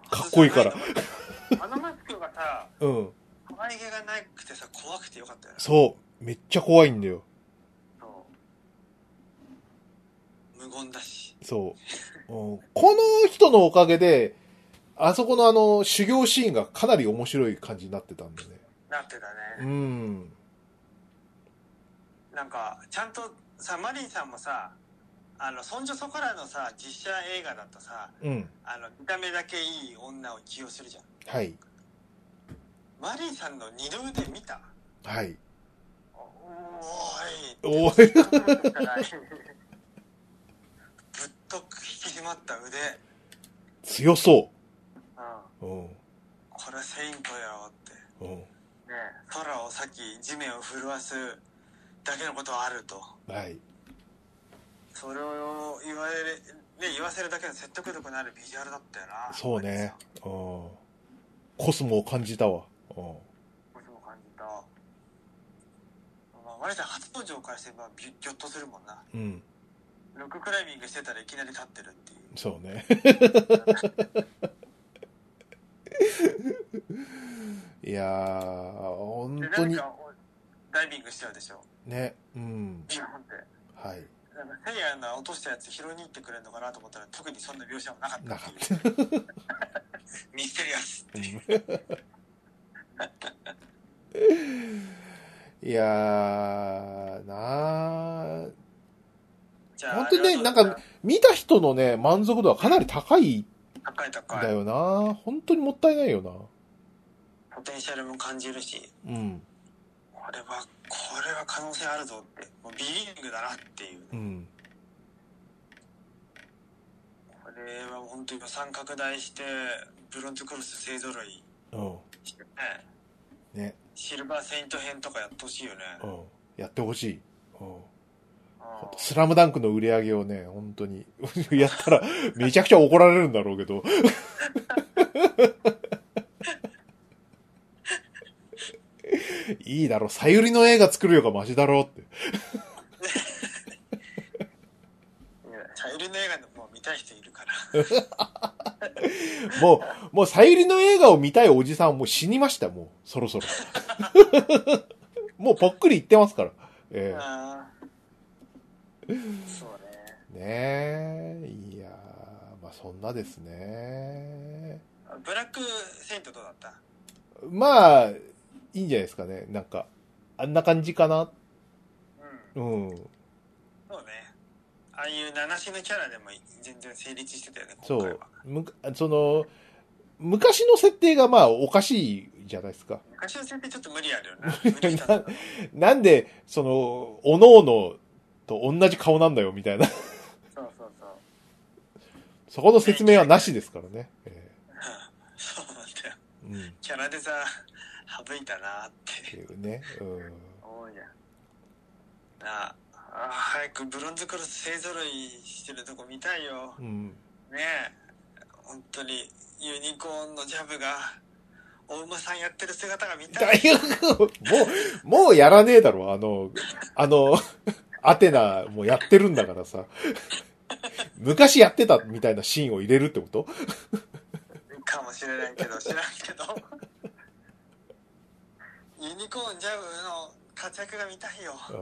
Speaker 2: かっこいいから
Speaker 1: 外さないと思うあのマスクがさ
Speaker 2: うん。
Speaker 1: 可愛げがなくてさ怖くてよかったよね
Speaker 2: そう。めっちゃ怖いんだよ。
Speaker 1: そう無言だし
Speaker 2: そう。うん、この人のおかげで、あそこのあの、修行シーンがかなり面白い感じになってたんでね。
Speaker 1: なってた
Speaker 2: う
Speaker 1: ね、
Speaker 2: ん。
Speaker 1: なんかちゃんとさマリンさんもさあのそんじょそこらのさ実写映画だとさ
Speaker 2: うん。
Speaker 1: あの見た目だけいい女を起用するじゃん
Speaker 2: はい。
Speaker 1: マリンさんの二の腕見た
Speaker 2: はい。
Speaker 1: おーい
Speaker 2: お
Speaker 1: ぶっ
Speaker 2: い。
Speaker 1: とく引き締まった腕、うん、
Speaker 2: 強そ
Speaker 1: こ
Speaker 2: う。うん。
Speaker 1: れはセイントやろって
Speaker 2: うん。
Speaker 1: ねえ空を裂き地面を震わすだけのことはあると
Speaker 2: はい。
Speaker 1: それを言われる、ね、言わせるだけの説得力のあるビジュアルだったよな
Speaker 2: そうね。うん。コスモを感じたわ。うん。
Speaker 1: 僕も感じた、まあ、割と初登場からしてまあびぎょっとするもんな
Speaker 2: うん。
Speaker 1: ロッククライミングしてたらいきなり立ってるっていう
Speaker 2: そうね。 いやー、本
Speaker 1: で
Speaker 2: 当に
Speaker 1: なんかダイビングしちゃうでしょ
Speaker 2: ね。うん。
Speaker 1: ビヨンって
Speaker 2: はい。
Speaker 1: なんかせいやの落としたやつ拾いに行ってくれるのかなと思ったら特にそんな描写もなかった
Speaker 2: な
Speaker 1: っ
Speaker 2: か
Speaker 1: ていう
Speaker 2: った。
Speaker 1: ミステリアスっていう
Speaker 2: いやー、なー
Speaker 1: じゃあ
Speaker 2: 本当にね
Speaker 1: ありが
Speaker 2: なん
Speaker 1: とう
Speaker 2: か見た人のね、満足度はかなり高いん
Speaker 1: 高い高い
Speaker 2: だよな、本当にもったいないよ
Speaker 1: ポテンシャルも感じるし
Speaker 2: な。うん。
Speaker 1: これはこれは可能性あるぞってもうビリングだなっていう
Speaker 2: うん。
Speaker 1: これは本当に予算拡大してブロンズクロス勢ぞろい
Speaker 2: うん。
Speaker 1: してね
Speaker 2: ね。
Speaker 1: シルバーセイント編とかやってほしいよね
Speaker 2: うん。やってほしい。うん。
Speaker 1: うん
Speaker 2: スラムダンクの売り上げをね、本当に、 やったら、めちゃくちゃ怒られるんだろうけど。いいだろ、さゆりの映画作るよがマシだろうって。
Speaker 1: いやチャイルの映画でもう見たい人いるから
Speaker 2: もう、もうさゆりの映画を見たいおじさんはもう死にました、もう、そろそろ。もうぽっくり言ってますから。え
Speaker 1: あーそうね
Speaker 2: えねえ、いやーまあそんなですね。
Speaker 1: ブラックセイントどうだった
Speaker 2: まあ、いいんじゃないですかね、なんか。あんな感じかな。
Speaker 1: うん
Speaker 2: うん。
Speaker 1: そうねああいう名無しのキャラでも全然成立してたよね
Speaker 2: そ
Speaker 1: 今回
Speaker 2: う
Speaker 1: は。
Speaker 2: むかその、昔の設定がまあおかしいじゃないですか。
Speaker 1: 昔の先輩ちょっと無理あるよな無理したんだよ
Speaker 2: なんで、その、おのおのと同じ顔なんだよみたいな。
Speaker 1: そうそうそう
Speaker 2: そこの説明はなしですからね。え
Speaker 1: うんそうなんだよ
Speaker 2: えうん。っ
Speaker 1: キャラでさ省いたなーって
Speaker 2: ていうね。うん。
Speaker 1: 多いやなああー早くブロンズクロス勢ぞろいしてるとこ見たいよ
Speaker 2: うん。
Speaker 1: ねえ本当にユニコーンのジャブがお馬さんやってる姿が見た
Speaker 2: 大
Speaker 1: い
Speaker 2: 学、もう、もうやらねえだろ。あの、あの、アテナもやってるんだからさ。昔やってたみたいなシーンを入れるってこと
Speaker 1: かもしれないけど知らんけどユニコーンジャブの活躍が見たいよ
Speaker 2: う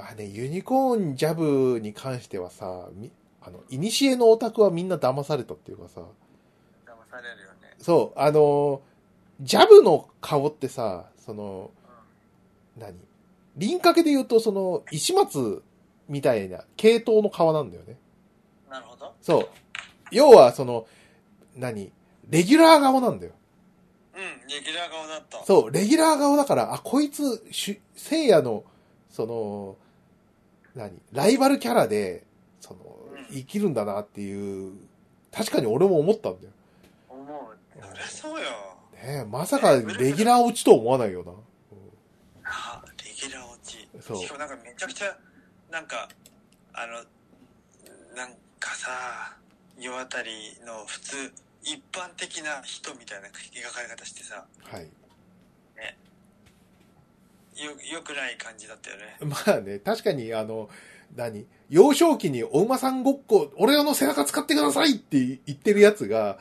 Speaker 2: んまあね、ユニコーンジャブに関してはさ、みあの、いにしえのオタクはみんな騙されたっていうかさ、
Speaker 1: 騙されるよね
Speaker 2: そう、あの、ジャブの顔ってさ、その、何輪郭で言うと、その、石松みたいな系統の顔なんだよね。
Speaker 1: なるほど
Speaker 2: そう。要は、その、何レギュラー顔なんだよ。
Speaker 1: うんレギュラー顔だった
Speaker 2: そう、レギュラー顔だから、あ、こいつ、しゅ、せいやの、その、何ライバルキャラで、その
Speaker 1: うん、
Speaker 2: 生きるんだなっていう、確かに俺も思ったんだよ。
Speaker 1: 思うそりゃそうよ
Speaker 2: ねえ、まさかレギュラー落ちとは思わないよな。
Speaker 1: あレギュラー落ち
Speaker 2: そう
Speaker 1: しかもなんかめちゃくちゃなんかあのなんかさ世あたりの普通一般的な人みたいな描かれ方してさ
Speaker 2: はい。
Speaker 1: よよくない感じだったよね
Speaker 2: まあね、確かに、あの、何幼少期にお馬さんごっこ、俺の背中使ってくださいって言ってるやつが、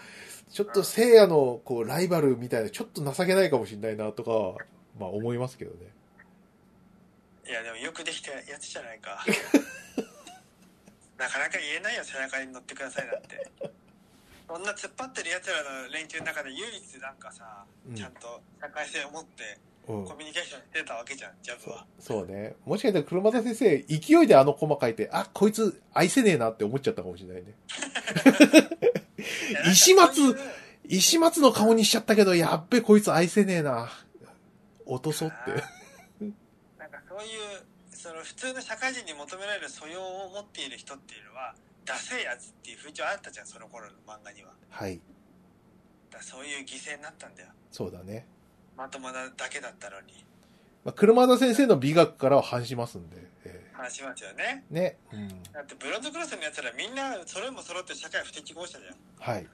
Speaker 2: ちょっと聖夜の、こう、ライバルみたいな、ちょっと情けないかもしれないな、とかは、まあ思いますけどね。
Speaker 1: いやでもよくできたやつじゃない かなかなか言えないよ背中に乗ってくださいなんてそんな突っ張ってるやつらの連中の中で唯一なんかさ、
Speaker 2: うん
Speaker 1: ちゃんと社会性を持って
Speaker 2: うん
Speaker 1: コ。ミュニケーションしてたわけじゃんジャズは
Speaker 2: そうね。もしかしたら車田先生、勢いであの駒書いて、あ、こいつ愛せねえなって思っちゃったかもしれないね。
Speaker 1: いやなんか
Speaker 2: 石松
Speaker 1: そういう
Speaker 2: 石松の顔にしちゃったけど、やっべ、こいつ愛せねえな。落とそ うって。
Speaker 1: なんかそういうその普通の社会人に求められる素養を持っている人っていうのはダセえやつっていう風潮あったじゃんその頃の漫画には
Speaker 2: はい。
Speaker 1: だからそういう犠牲になったんだよ
Speaker 2: そうだね。
Speaker 1: まともなだけだったのに
Speaker 2: まあ、車田先生の美学からは反しますんで。え
Speaker 1: 話しますよね
Speaker 2: ーね。うん。
Speaker 1: だってブロンズクロスのやつらみんな揃いも揃って社会不適合者じゃん
Speaker 2: はい。
Speaker 1: ね、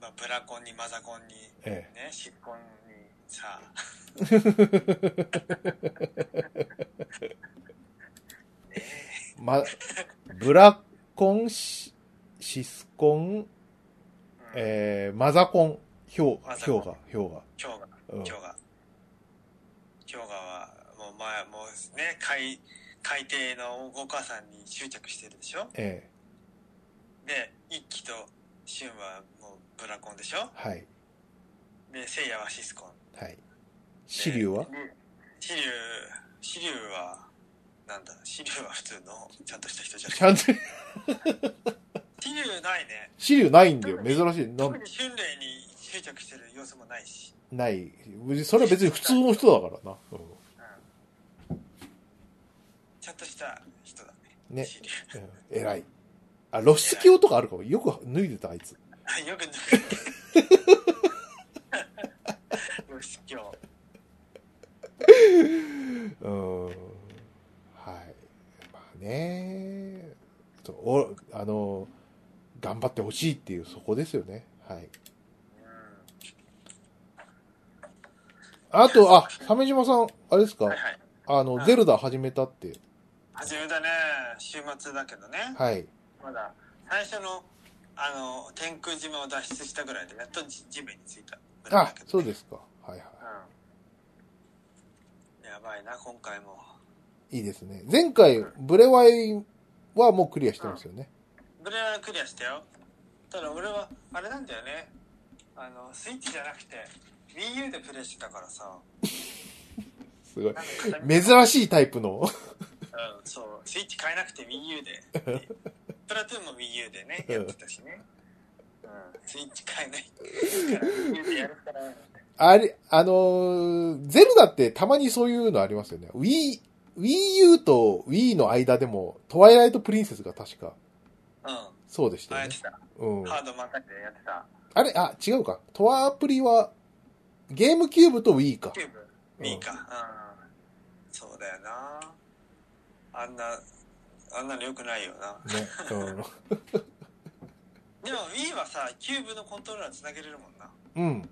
Speaker 1: まあ、ブラコンにマザコンに
Speaker 2: え
Speaker 1: ねシッコンにさね
Speaker 2: えま、ブラコン、シシスコン、
Speaker 1: え、うん
Speaker 2: えーマザコン、ヒョウ、
Speaker 1: マザ
Speaker 2: ヒ
Speaker 1: コ
Speaker 2: ョ
Speaker 1: ン
Speaker 2: ウガ、ヒョウガ。
Speaker 1: 今日が
Speaker 2: うん
Speaker 1: 今日が今日がはもう前もうね海海底のお母さんに執着してるでしょ
Speaker 2: え
Speaker 1: で一輝とシュンはもうブラコンでしょ
Speaker 2: えはい。
Speaker 1: でせいやはシスコン
Speaker 2: はい。シリュウは
Speaker 1: シリュウ、シリュウは、なんだ、シリュウは普通の、ちゃんとした人じゃ
Speaker 2: ち
Speaker 1: ない。
Speaker 2: ゃんと、
Speaker 1: シリュウないね。
Speaker 2: シリュウないんだよ。珍しい。な
Speaker 1: 特に春麗に執着してる様子もないし。
Speaker 2: ない。それは別に普通の人だからな。うん
Speaker 1: うん。ちゃんとした人だね。
Speaker 2: ね
Speaker 1: シ リュ
Speaker 2: うん偉い。あ、露出鏡とかあるかも。よく脱いでた、あいつ。
Speaker 1: ウ。よく抜 く。よし、今日。
Speaker 2: うん。はい。まあね。そうお、あの、頑張ってほしいっていう、そこですよね。はい。
Speaker 1: う
Speaker 2: あと、あ、鮫島さん、あれです
Speaker 1: ん。は
Speaker 2: か
Speaker 1: いはい。
Speaker 2: あ
Speaker 1: は
Speaker 2: の、
Speaker 1: い
Speaker 2: ゼルダ始めたって。
Speaker 1: 初めだね。週末だけどね。
Speaker 2: はい。
Speaker 1: まだ、最初の、あの、天空島を脱出したぐらいで、やっと地地面に着いたぐらいだ
Speaker 2: あ
Speaker 1: けどね。、
Speaker 2: そうですか。はいは
Speaker 1: うんやばいな今回も
Speaker 2: い。いいですね。前回、ブレワイはもうクリアしてますよね。
Speaker 1: ブレはクリアしたよただ俺はあれなんだよねあのスイッチじゃなくて WiiU でプレイしてたからさ
Speaker 2: すごい
Speaker 1: な。んか片身
Speaker 2: 珍しいタイプの。
Speaker 1: うん、そうスイッチ買えなくて WiiU で プラトゥーンも WiiU でねやってたしね、うん、スイッチ買えないから WiiU でやるから
Speaker 2: あれ、あのーゼルダってたまにそういうのありますよね。Wii、Wii U と Wii の間でも、トワイライトプリンセスが確か、
Speaker 1: う
Speaker 2: そうでし
Speaker 1: んあ
Speaker 2: た
Speaker 1: や
Speaker 2: よ
Speaker 1: っ
Speaker 2: ね
Speaker 1: て。た、
Speaker 2: うん。
Speaker 1: ハード任せてやってた
Speaker 2: あれ、あ、違うか。トワアプリは、ゲームキューブと Wii か
Speaker 1: キ。ューブいいか、うん、そうだよなあんなあんなのよくないよな
Speaker 2: ね。
Speaker 1: でも Wii はさキューブのコントローラーつなげれるもんな
Speaker 2: うん。 うん。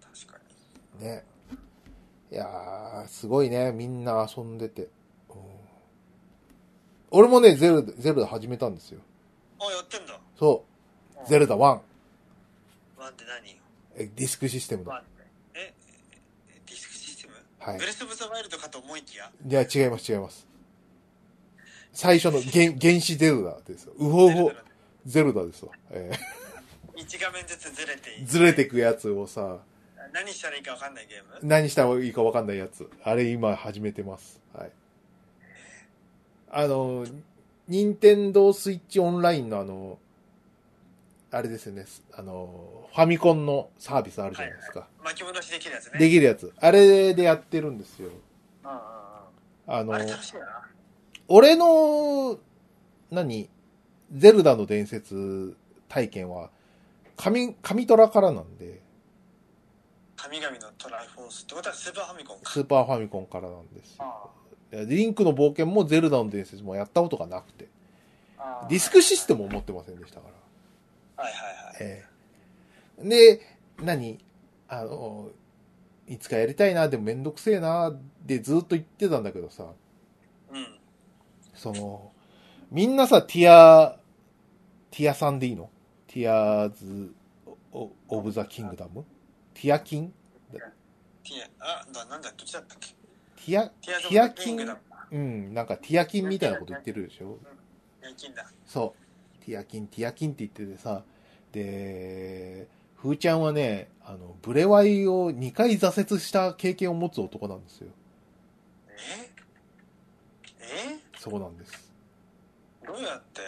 Speaker 1: 確かに
Speaker 2: ね。いやー、すごいね。みんな遊んでて。うん俺もね、ゼルダ、ゼルダ始めたんですよ。
Speaker 1: あやってんだ
Speaker 2: そう。ゼルダ1。
Speaker 1: ワンって何よ
Speaker 2: えディスクシステムの。
Speaker 1: ワン
Speaker 2: は
Speaker 1: ってええディスクシステム、
Speaker 2: い
Speaker 1: ブ。レス・オブ・ザ・ワイルドかと思いきや
Speaker 2: いや、違います、違います。最初の原原始ゼルダですよ。ウホウホゼルダですわ。え
Speaker 1: 1画面ずつずれてい
Speaker 2: ー
Speaker 1: い
Speaker 2: ずれてくやつをさ、
Speaker 1: 何したらいいか分かんないゲーム
Speaker 2: 何したらいいかわかんないやつ。あれ今始めてます。はい。あの、任天堂スイッチオンラインのあの、あれですよね。あの、ファミコンのサービスあるじゃないですか。
Speaker 1: 巻き戻しできるやつね
Speaker 2: できるやつ。あれでやってるんですよ。
Speaker 1: うんうん
Speaker 2: あ
Speaker 1: うん
Speaker 2: の
Speaker 1: あ、れ楽しいよな
Speaker 2: 俺の、何ゼルダの伝説体験は、神、神虎からなんで、
Speaker 1: 神々のトライフォースってことはスーパーファミコンか
Speaker 2: スーパーファミコンからなんですよ。
Speaker 1: あ
Speaker 2: リンクの冒険もゼルダの伝説もやったことがなくて、
Speaker 1: あ
Speaker 2: ディスクシステムを持ってませんでしたから。
Speaker 1: はいはいはい
Speaker 2: ええで、何あの、いつかやりたいな、でもめんどくせえな、でずっと言ってたんだけどさ、
Speaker 1: うん。
Speaker 2: その、みんなさ、ティア、ティアさんでいいのティアーズ・オオブ・ザ・キングダムティアキン
Speaker 1: ティア、あ、だなんだ、どっちだったっけ
Speaker 2: ティア、
Speaker 1: ティア
Speaker 2: テ
Speaker 1: ゾ
Speaker 2: ィア
Speaker 1: キ
Speaker 2: キ
Speaker 1: ング
Speaker 2: ン
Speaker 1: だ。
Speaker 2: うん、なんかティアキンみたいなこと言ってるでしょ
Speaker 1: ティアキンだ。
Speaker 2: そう。ティアキン、ティアキンって言っててさ、で、ふーちゃんはね、あの、ブレワイを2回挫折した経験を持つ男なんですよ。
Speaker 1: ええ
Speaker 2: そうなんです。
Speaker 1: どうやって、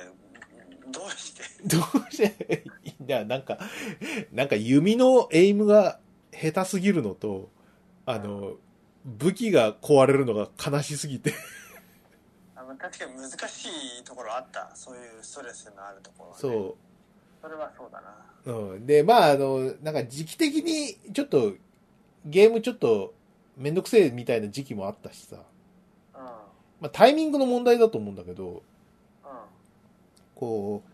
Speaker 1: どうして
Speaker 2: どうして、いや、なんか、なんか弓のエイムが下手すぎるのと、あの、武器が壊れるのが悲しすぎて。
Speaker 1: あの確かに難しいところあった。そういうストレスのあるところ、ね。
Speaker 2: そう。
Speaker 1: それはそうだな。
Speaker 2: うん。で、まあ、あの、なんか時期的に、ちょっと、ゲームちょっと、めんどくせえみたいな時期もあったしさ。
Speaker 1: うん。
Speaker 2: まあ、タイミングの問題だと思うんだけど、
Speaker 1: う
Speaker 2: こう、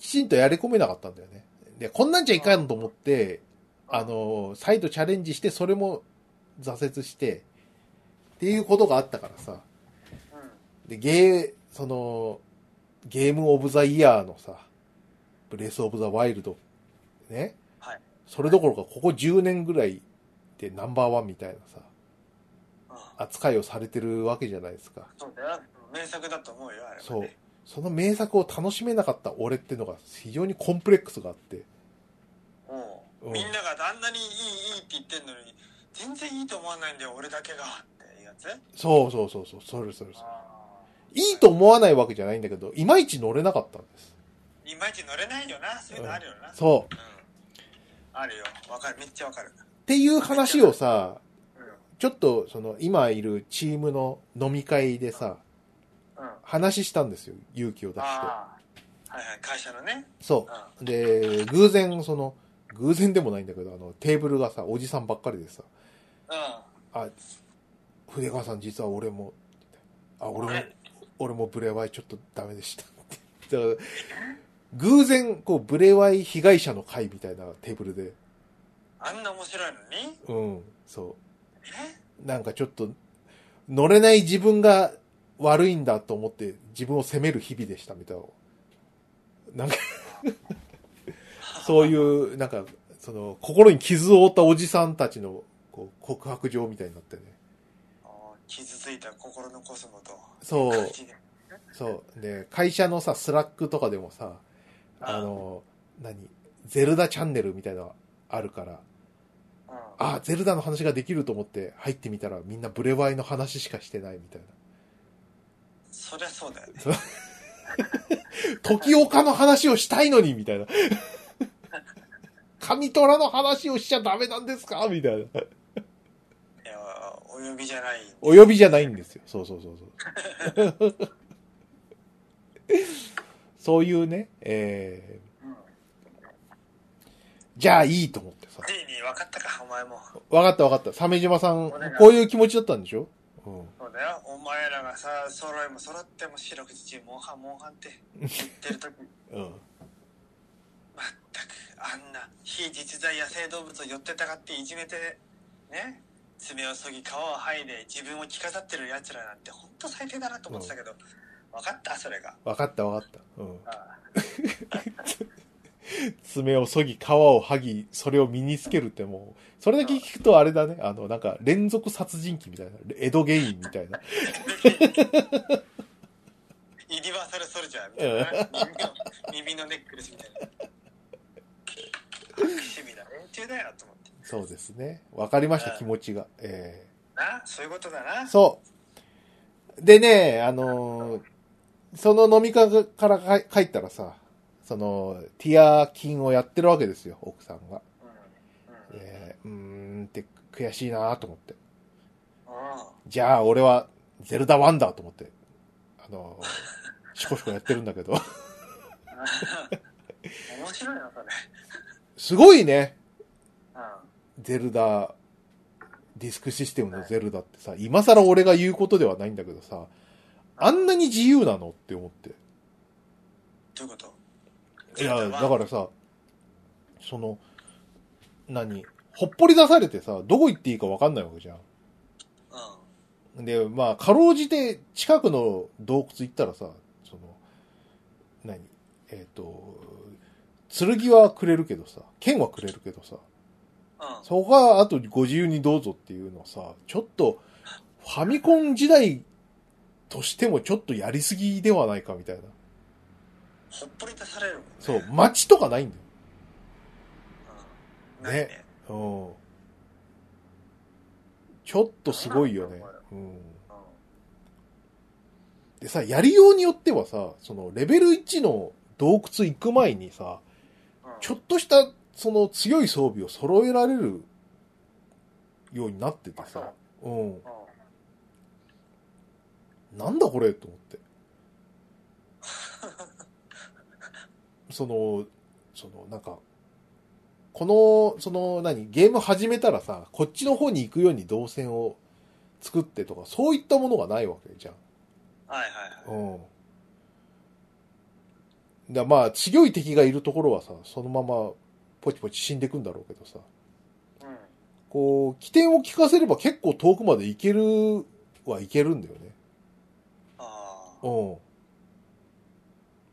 Speaker 2: きちんとやり込めなかったんだよね。で、こんなんじゃいかんと思って、あの、再度チャレンジして、それも挫折して、っていうことがあったからさ。
Speaker 1: ん。うん。
Speaker 2: で、ゲー、その、ゲームオブザイヤーのさ、ブレスオブザワイルド、ね。
Speaker 1: はい
Speaker 2: それどころか、ここ10年ぐらいでナンバーワンみたいなさ、
Speaker 1: うん。
Speaker 2: 扱いをされてるわけじゃないですか。
Speaker 1: そうだよ。名作だと思うよ、あれは、ね。
Speaker 2: そう。その名作を楽しめなかった俺ってのが非常にコンプレックスがあって。
Speaker 1: も
Speaker 2: う
Speaker 1: うんみんながあんなにいいいいって言ってんのに全然いいと思わないんだよ俺だけがっていうやつ
Speaker 2: そうそうそうそう、それそれそれ。
Speaker 1: あ
Speaker 2: いいと思わないわけじゃないんだけど、いまいち乗れなかったんです。
Speaker 1: ーいまいち乗れないよなそういうのあるよな、うん
Speaker 2: そう。
Speaker 1: あるよわかるめっちゃわかる、
Speaker 2: っていう話をさ、
Speaker 1: うん
Speaker 2: ちょっとその今いるチームの飲み会でさ、
Speaker 1: うん、
Speaker 2: 話したんですよ。勇気を出して。
Speaker 1: ああはいはい会社のね
Speaker 2: そうう。で、偶然、その、偶然でもないんだけど、あの、テーブルがさ、おじさんばっかりでさ、
Speaker 1: ん
Speaker 2: あ、筆川さん実は俺も、あ、
Speaker 1: うん
Speaker 2: 俺も
Speaker 1: 俺、
Speaker 2: 俺もブレワイちょっとダメでした って。だから偶然、こう、ブレワイ被害者の会みたいなテーブルで、
Speaker 1: あんな面白いのに
Speaker 2: うん、そ
Speaker 1: え
Speaker 2: う。なんかちょっと、乗れない自分が悪いんだと思って、自分を責める日々でしたみたいな。なんか、そういう、なんか、その、心に傷を負ったおじさんたちの、こう、告白状みたいになってね。
Speaker 1: あー傷ついた心のコスモと
Speaker 2: そう
Speaker 1: 感。じで
Speaker 2: そう。で、会社のさ、スラックとかでもさ、あ
Speaker 1: あ
Speaker 2: の、何ゼルダチャンネルみたいなのあるから、
Speaker 1: うん
Speaker 2: あ、ゼルダの話ができると思って入ってみたらみんなブレワイの話しかしてないみたい
Speaker 1: そりゃそうだよね
Speaker 2: な。時岡の話をしたいのにみたいな。神虎の話をしちゃダメなんですかみたいな。
Speaker 1: いやお呼びじゃない
Speaker 2: お呼びじゃないんですよ。そうそうそうそう。そういうね、え
Speaker 1: うん
Speaker 2: ー、じゃあいいと思ってさ。
Speaker 1: D に分かったかお前も
Speaker 2: わかったわかった。鮫島さん
Speaker 1: お願い、
Speaker 2: こういう気持ちだったんでしょうん。
Speaker 1: そうだよお前らがさ揃いも揃っても四六時中モンハンモンハンって言ってる時全く
Speaker 2: うん。
Speaker 1: あんな非実在野生動物を寄ってたかっていじめてね爪をそぎ皮を剥いで自分を着飾ってるやつらなんてほんと最低だなと思ってたけど、分かったそれが
Speaker 2: わかったわかった。うん。
Speaker 1: あ
Speaker 2: 爪を削ぎ、皮を剥ぎ、それを身につけるってもう、それだけ聞くとあれだね。あの、なんか、連続殺人鬼みたいな。江戸ゲインみたいな。
Speaker 1: ユニバーサルソルジャーみたいなな耳の耳のネックレスみたいな趣味だ連中だよと思って
Speaker 2: そうですね。わかりました、
Speaker 1: うん
Speaker 2: 気持ちが。え
Speaker 1: なそういうことだ
Speaker 2: ー
Speaker 1: な
Speaker 2: そう。でね、あのーその飲み会からか帰ったらさ、その、ティア金をやってるわけですよ、奥さんが。
Speaker 1: うんうん
Speaker 2: えー、うーんって悔しいなと思って。
Speaker 1: うん
Speaker 2: じゃあ俺はゼルダワンダーと思って、あの、シコシコやってるんだけど。
Speaker 1: 面白いなそれ、
Speaker 2: すごいね、
Speaker 1: うん、
Speaker 2: ゼルダ、ディスクシステムのゼルダってさ、今更俺が言うことではないんだけどさ、あんなに自由なのって思って。
Speaker 1: どういうこと
Speaker 2: いや、だ
Speaker 1: ら
Speaker 2: からさ、その、何ほっぽり出されてさ、どこ行っていいかわかんないわけじゃん。
Speaker 1: うん。
Speaker 2: で、まあ、かろうじて近くの洞窟行ったらさ、その、何えっ、と、剣はくれるけどさ、剣はくれるけどさ、
Speaker 1: うん。
Speaker 2: そこはあとご自由にどうぞっていうのはさ、ちょっと、ファミコン時代としてもちょっとやりすぎではないかみたいな。
Speaker 1: ほっぽり出されるもんね。
Speaker 2: そう、街とかないんだ
Speaker 1: うん。ないね。
Speaker 2: よ。うん。ちょっとすごいよね。うん。
Speaker 1: うん。
Speaker 2: でさ、やりようによってはさ、そのレベル1の洞窟行く前にさ、
Speaker 1: うん
Speaker 2: ちょっとしたその強い装備を揃えられるようになっててさ、うん。
Speaker 1: うん
Speaker 2: なんだこれと思って。その、その、なんか、この、その、何、ゲーム始めたらさ、こっちの方に行くように動線を作ってとか、そういったものがないわけじゃん。
Speaker 1: はいはいはい。
Speaker 2: うん。だまあ、強い敵がいるところはさ、そのまま、ポチポチ死んでいくんだろうけどさ、
Speaker 1: うん。
Speaker 2: こう、起点を利かせれば結構遠くまで行けるはいけるんだよね。
Speaker 1: ああ。
Speaker 2: う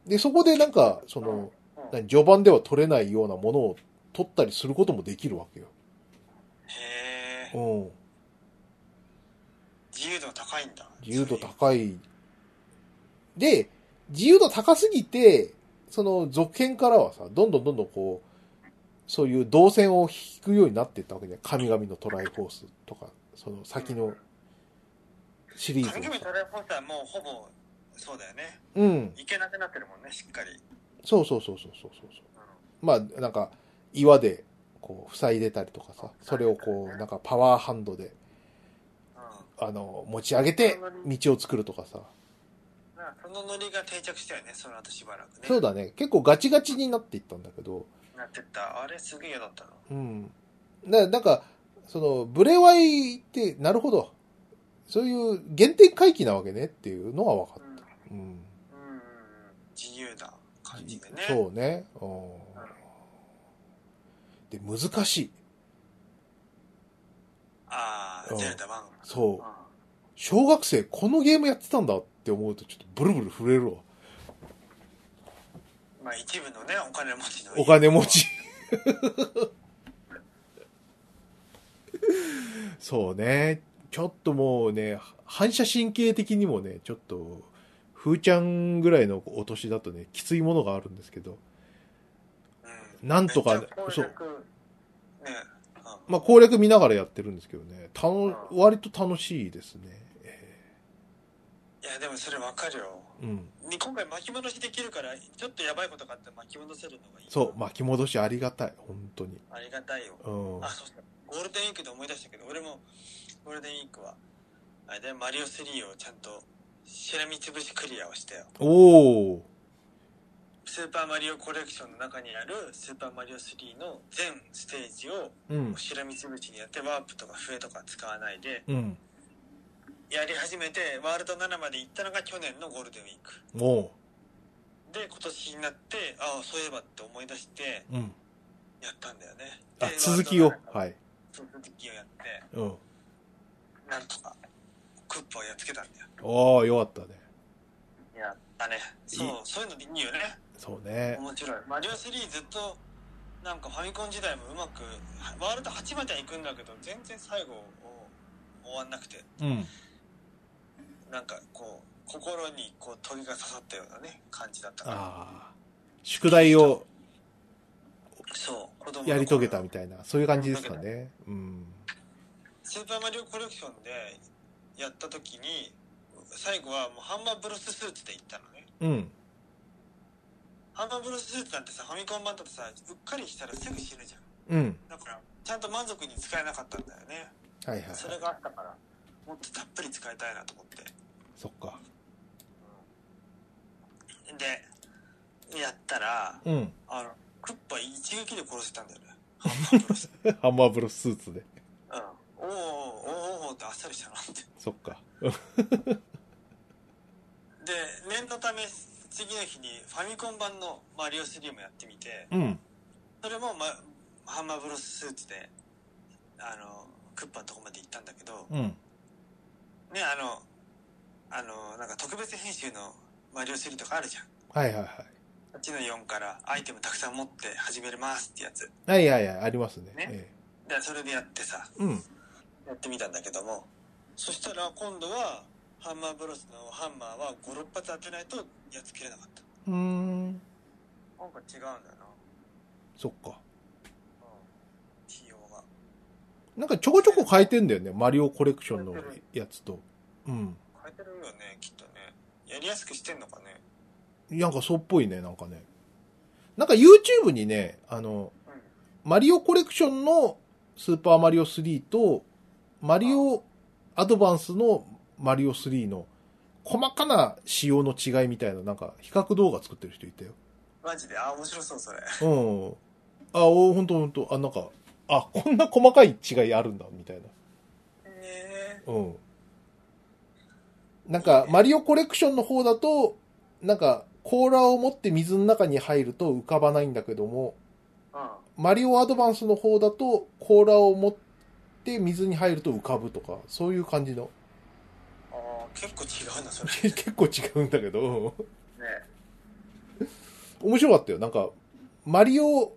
Speaker 2: ん。で、そこでなんか、そ
Speaker 1: うん
Speaker 2: の、何序盤では取れないようなものを取ったりすることもできるわけよ。
Speaker 1: へえ。
Speaker 2: うん。
Speaker 1: 自由度が高いんだ。
Speaker 2: 自由度高い。で、自由度高すぎて、その続編からはさ、どんどんどんどんこう、そういう動線を引くようになっていったわけじゃん。神々のトライフォースとか、その先のシリーズ
Speaker 1: 神
Speaker 2: を
Speaker 1: 々ト
Speaker 2: さ。
Speaker 1: ライフォースはもうほぼ、そうだよね。
Speaker 2: うん。
Speaker 1: いけなくなってるもんね、しっかり。
Speaker 2: そうそうそうそうそうそう
Speaker 1: うん。
Speaker 2: そう。まあ、なんか、岩で、こう、塞いでたりとかさ、それをこう、なんかパワーハンドで、
Speaker 1: うん。
Speaker 2: あの、持ち上げて、道を作るとかさ。
Speaker 1: なんかそのノリが定着したよね、その後しばらくね。
Speaker 2: そうだね。結構ガチガチになっていったんだけど、
Speaker 1: なってった。あれすげえ嫌だったの。
Speaker 2: うん。な、なんか、その、ブレワイって、なるほど。そういう原点回帰なわけねっていうのは分か
Speaker 1: う
Speaker 2: っ
Speaker 1: ん。うん
Speaker 2: た。うん。
Speaker 1: うんうん。自由な感じでね。
Speaker 2: そうね。うん。で、難しい。
Speaker 1: あ
Speaker 2: う
Speaker 1: あ、
Speaker 2: ん
Speaker 1: ゼルダ1。
Speaker 2: そうう。
Speaker 1: ん
Speaker 2: 小学生、このゲームやってたんだって思うと、ちょっとブルブル震えるわ。
Speaker 1: まあ一部のね、お金持ちの。
Speaker 2: お金持。ち。そうね。ちょっともうね、反射神経的にもね、ちょっと、ふーちゃんぐらいのお年だとね、きついものがあるんですけど、
Speaker 1: うん。
Speaker 2: なんとか、そ
Speaker 1: そうう。。ね。うん
Speaker 2: まあ、攻略見ながらやってるんですけどね、たの
Speaker 1: うん
Speaker 2: 割と楽しいですね。え
Speaker 1: いや、でもそれわかるよ。
Speaker 2: ーうん。
Speaker 1: に今回巻き戻しできるから、ちょっとやばいことがあって巻き戻せるのがいい。
Speaker 2: そう、巻き戻しありがたい、本当に。
Speaker 1: ありがたいよ。
Speaker 2: うん。
Speaker 1: あ、そうそう。ゴールデンウィークで思い出したけど、俺も、ゴールデンウィークは、あれだよ、マリオ3をちゃんと、しらみつぶしクリアをしたよ。
Speaker 2: おー。
Speaker 1: スーパーマリオコレクションの中にある、スーパーマリオ3の全ステージを、
Speaker 2: うん。
Speaker 1: しらみつぶしにやって、ワープとか笛とか使わないで、
Speaker 2: うん。
Speaker 1: やり始めて、ワールド7まで行ったのが去年のゴールデンウィーク。
Speaker 2: お
Speaker 1: で、今年になって、ああ、そういえばって思い出して、
Speaker 2: ー。うん。
Speaker 1: やったんだよね。
Speaker 2: あ、
Speaker 1: で
Speaker 2: 続きを。
Speaker 1: ワールドの中
Speaker 2: はい。
Speaker 1: そう続きをやって、
Speaker 2: うん。
Speaker 1: なんとか、クッパをやっつけたんだよ。
Speaker 2: ああ、よかったね。
Speaker 1: やったね。そう
Speaker 2: いい、
Speaker 1: そういうのでいいよね。
Speaker 2: そうね。
Speaker 1: 面白い。マリオ3ずっと、なんかファミコン時代もうまく、ワールド8までは行くんだけど、全然最後を終わんなくて、
Speaker 2: うん。
Speaker 1: なんかこう、心にこう、棘が刺さったようなね、感じだったから。
Speaker 2: ああ。宿題を
Speaker 1: そう、子供の頃
Speaker 2: やり遂げたみたいな、そういう感じですかね。うん。
Speaker 1: スーパーマリオコレクションでやった時に、最後はもうハンマーブロススーツで行ったのね。
Speaker 2: うん。
Speaker 1: ハンマーブロススーツなんてさ、ファミコン版だとさ、うっかりしたらすぐ死ぬじゃん。
Speaker 2: うん。
Speaker 1: だから、ちゃんと満足に使えなかったんだよね。
Speaker 2: はいはい。
Speaker 1: それがあったから、もっとたっぷり使いたいなと思って。
Speaker 2: そっか。
Speaker 1: で、やったら、
Speaker 2: うん。
Speaker 1: あの、クッパ一撃で殺せたんだよね。ハンマーブロス。
Speaker 2: ハンマーブロススーツで。
Speaker 1: うん。おーおーおーおーってあっさりしたなって。
Speaker 2: そっか。
Speaker 1: で、念のため、次の日にファミコン版のマリオ3もやってみて、
Speaker 2: うん。
Speaker 1: それも、ま、ハンマーブロススーツであのクッパのとこまで行ったんだけど
Speaker 2: うん。
Speaker 1: ねあのあのなんか特別編集のマリオシリとかあるじゃん
Speaker 2: はいはいはい。
Speaker 1: 8の4からアイテムたくさん持って始めれますってやつ
Speaker 2: はいはいはい、ありますね。
Speaker 1: ね
Speaker 2: え
Speaker 1: でそれでやってさ
Speaker 2: えうん。
Speaker 1: やってみたんだけどもそしたら今度はハンマーブロスのハンマーは56発当てないとやっつけれなかった
Speaker 2: うーん。
Speaker 1: なんか違うんだよな
Speaker 2: そっか。
Speaker 1: 仕様が
Speaker 2: なんかちょこちょこ変えてんだよね。マリオコレクションのやつと。うん。
Speaker 1: 変えてるよねきっとねやりやすくしてんのかね
Speaker 2: なんかそうっぽいね、なんかね。なんか YouTube にね、あの、
Speaker 1: うん
Speaker 2: マリオコレクションのスーパーマリオ3と、マリオアドバンスのマリオ3の細かな仕様の違いみたいな、なんか比較動画作ってる人いたよ。
Speaker 1: マジであ面白そうそれ
Speaker 2: うん。あ、お、ほんとほんと、あ、なんか、あ、こんな細かい違いあるんだ、みたいな。
Speaker 1: ねえ
Speaker 2: うん。なんか、マリオコレクションの方だと、なんか、甲羅を持って水の中に入ると浮かばないんだけども、
Speaker 1: うん
Speaker 2: マリオアドバンスの方だと、甲羅を持って水に入ると浮かぶとか、そういう感じの。
Speaker 1: あー結構違うなそれね
Speaker 2: 結構違うんだけど、うん面白かったよ。なんか、マリオ、お、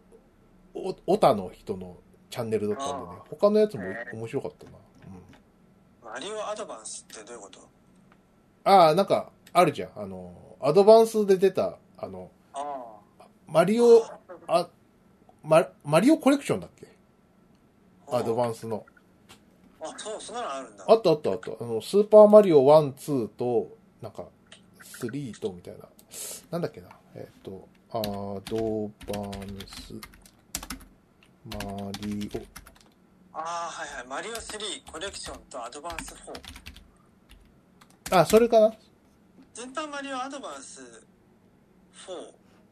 Speaker 2: オタの人のチャンネルだったんでね
Speaker 1: あ、
Speaker 2: 他のやつも
Speaker 1: ね
Speaker 2: 面白かったな。うん。
Speaker 1: マリオアドバンスってどういうこと
Speaker 2: ああ、なんか、あるじゃん。あの、アドバンスで出た、あの、
Speaker 1: ああ
Speaker 2: マリオ、あ、ママリオコレクションだっけアドバンスの。
Speaker 1: あそうそんなのあるんだ
Speaker 2: あったあったあった。あの、スーパーマリオ1、2と、なんか、3とみたいな。なんだっけな。えっ、と、アドバンス、マリ
Speaker 1: あーはいはいマリオ3コレクションとアドバンス4
Speaker 2: オ。あ、それかな
Speaker 1: 全般マリオアドバンス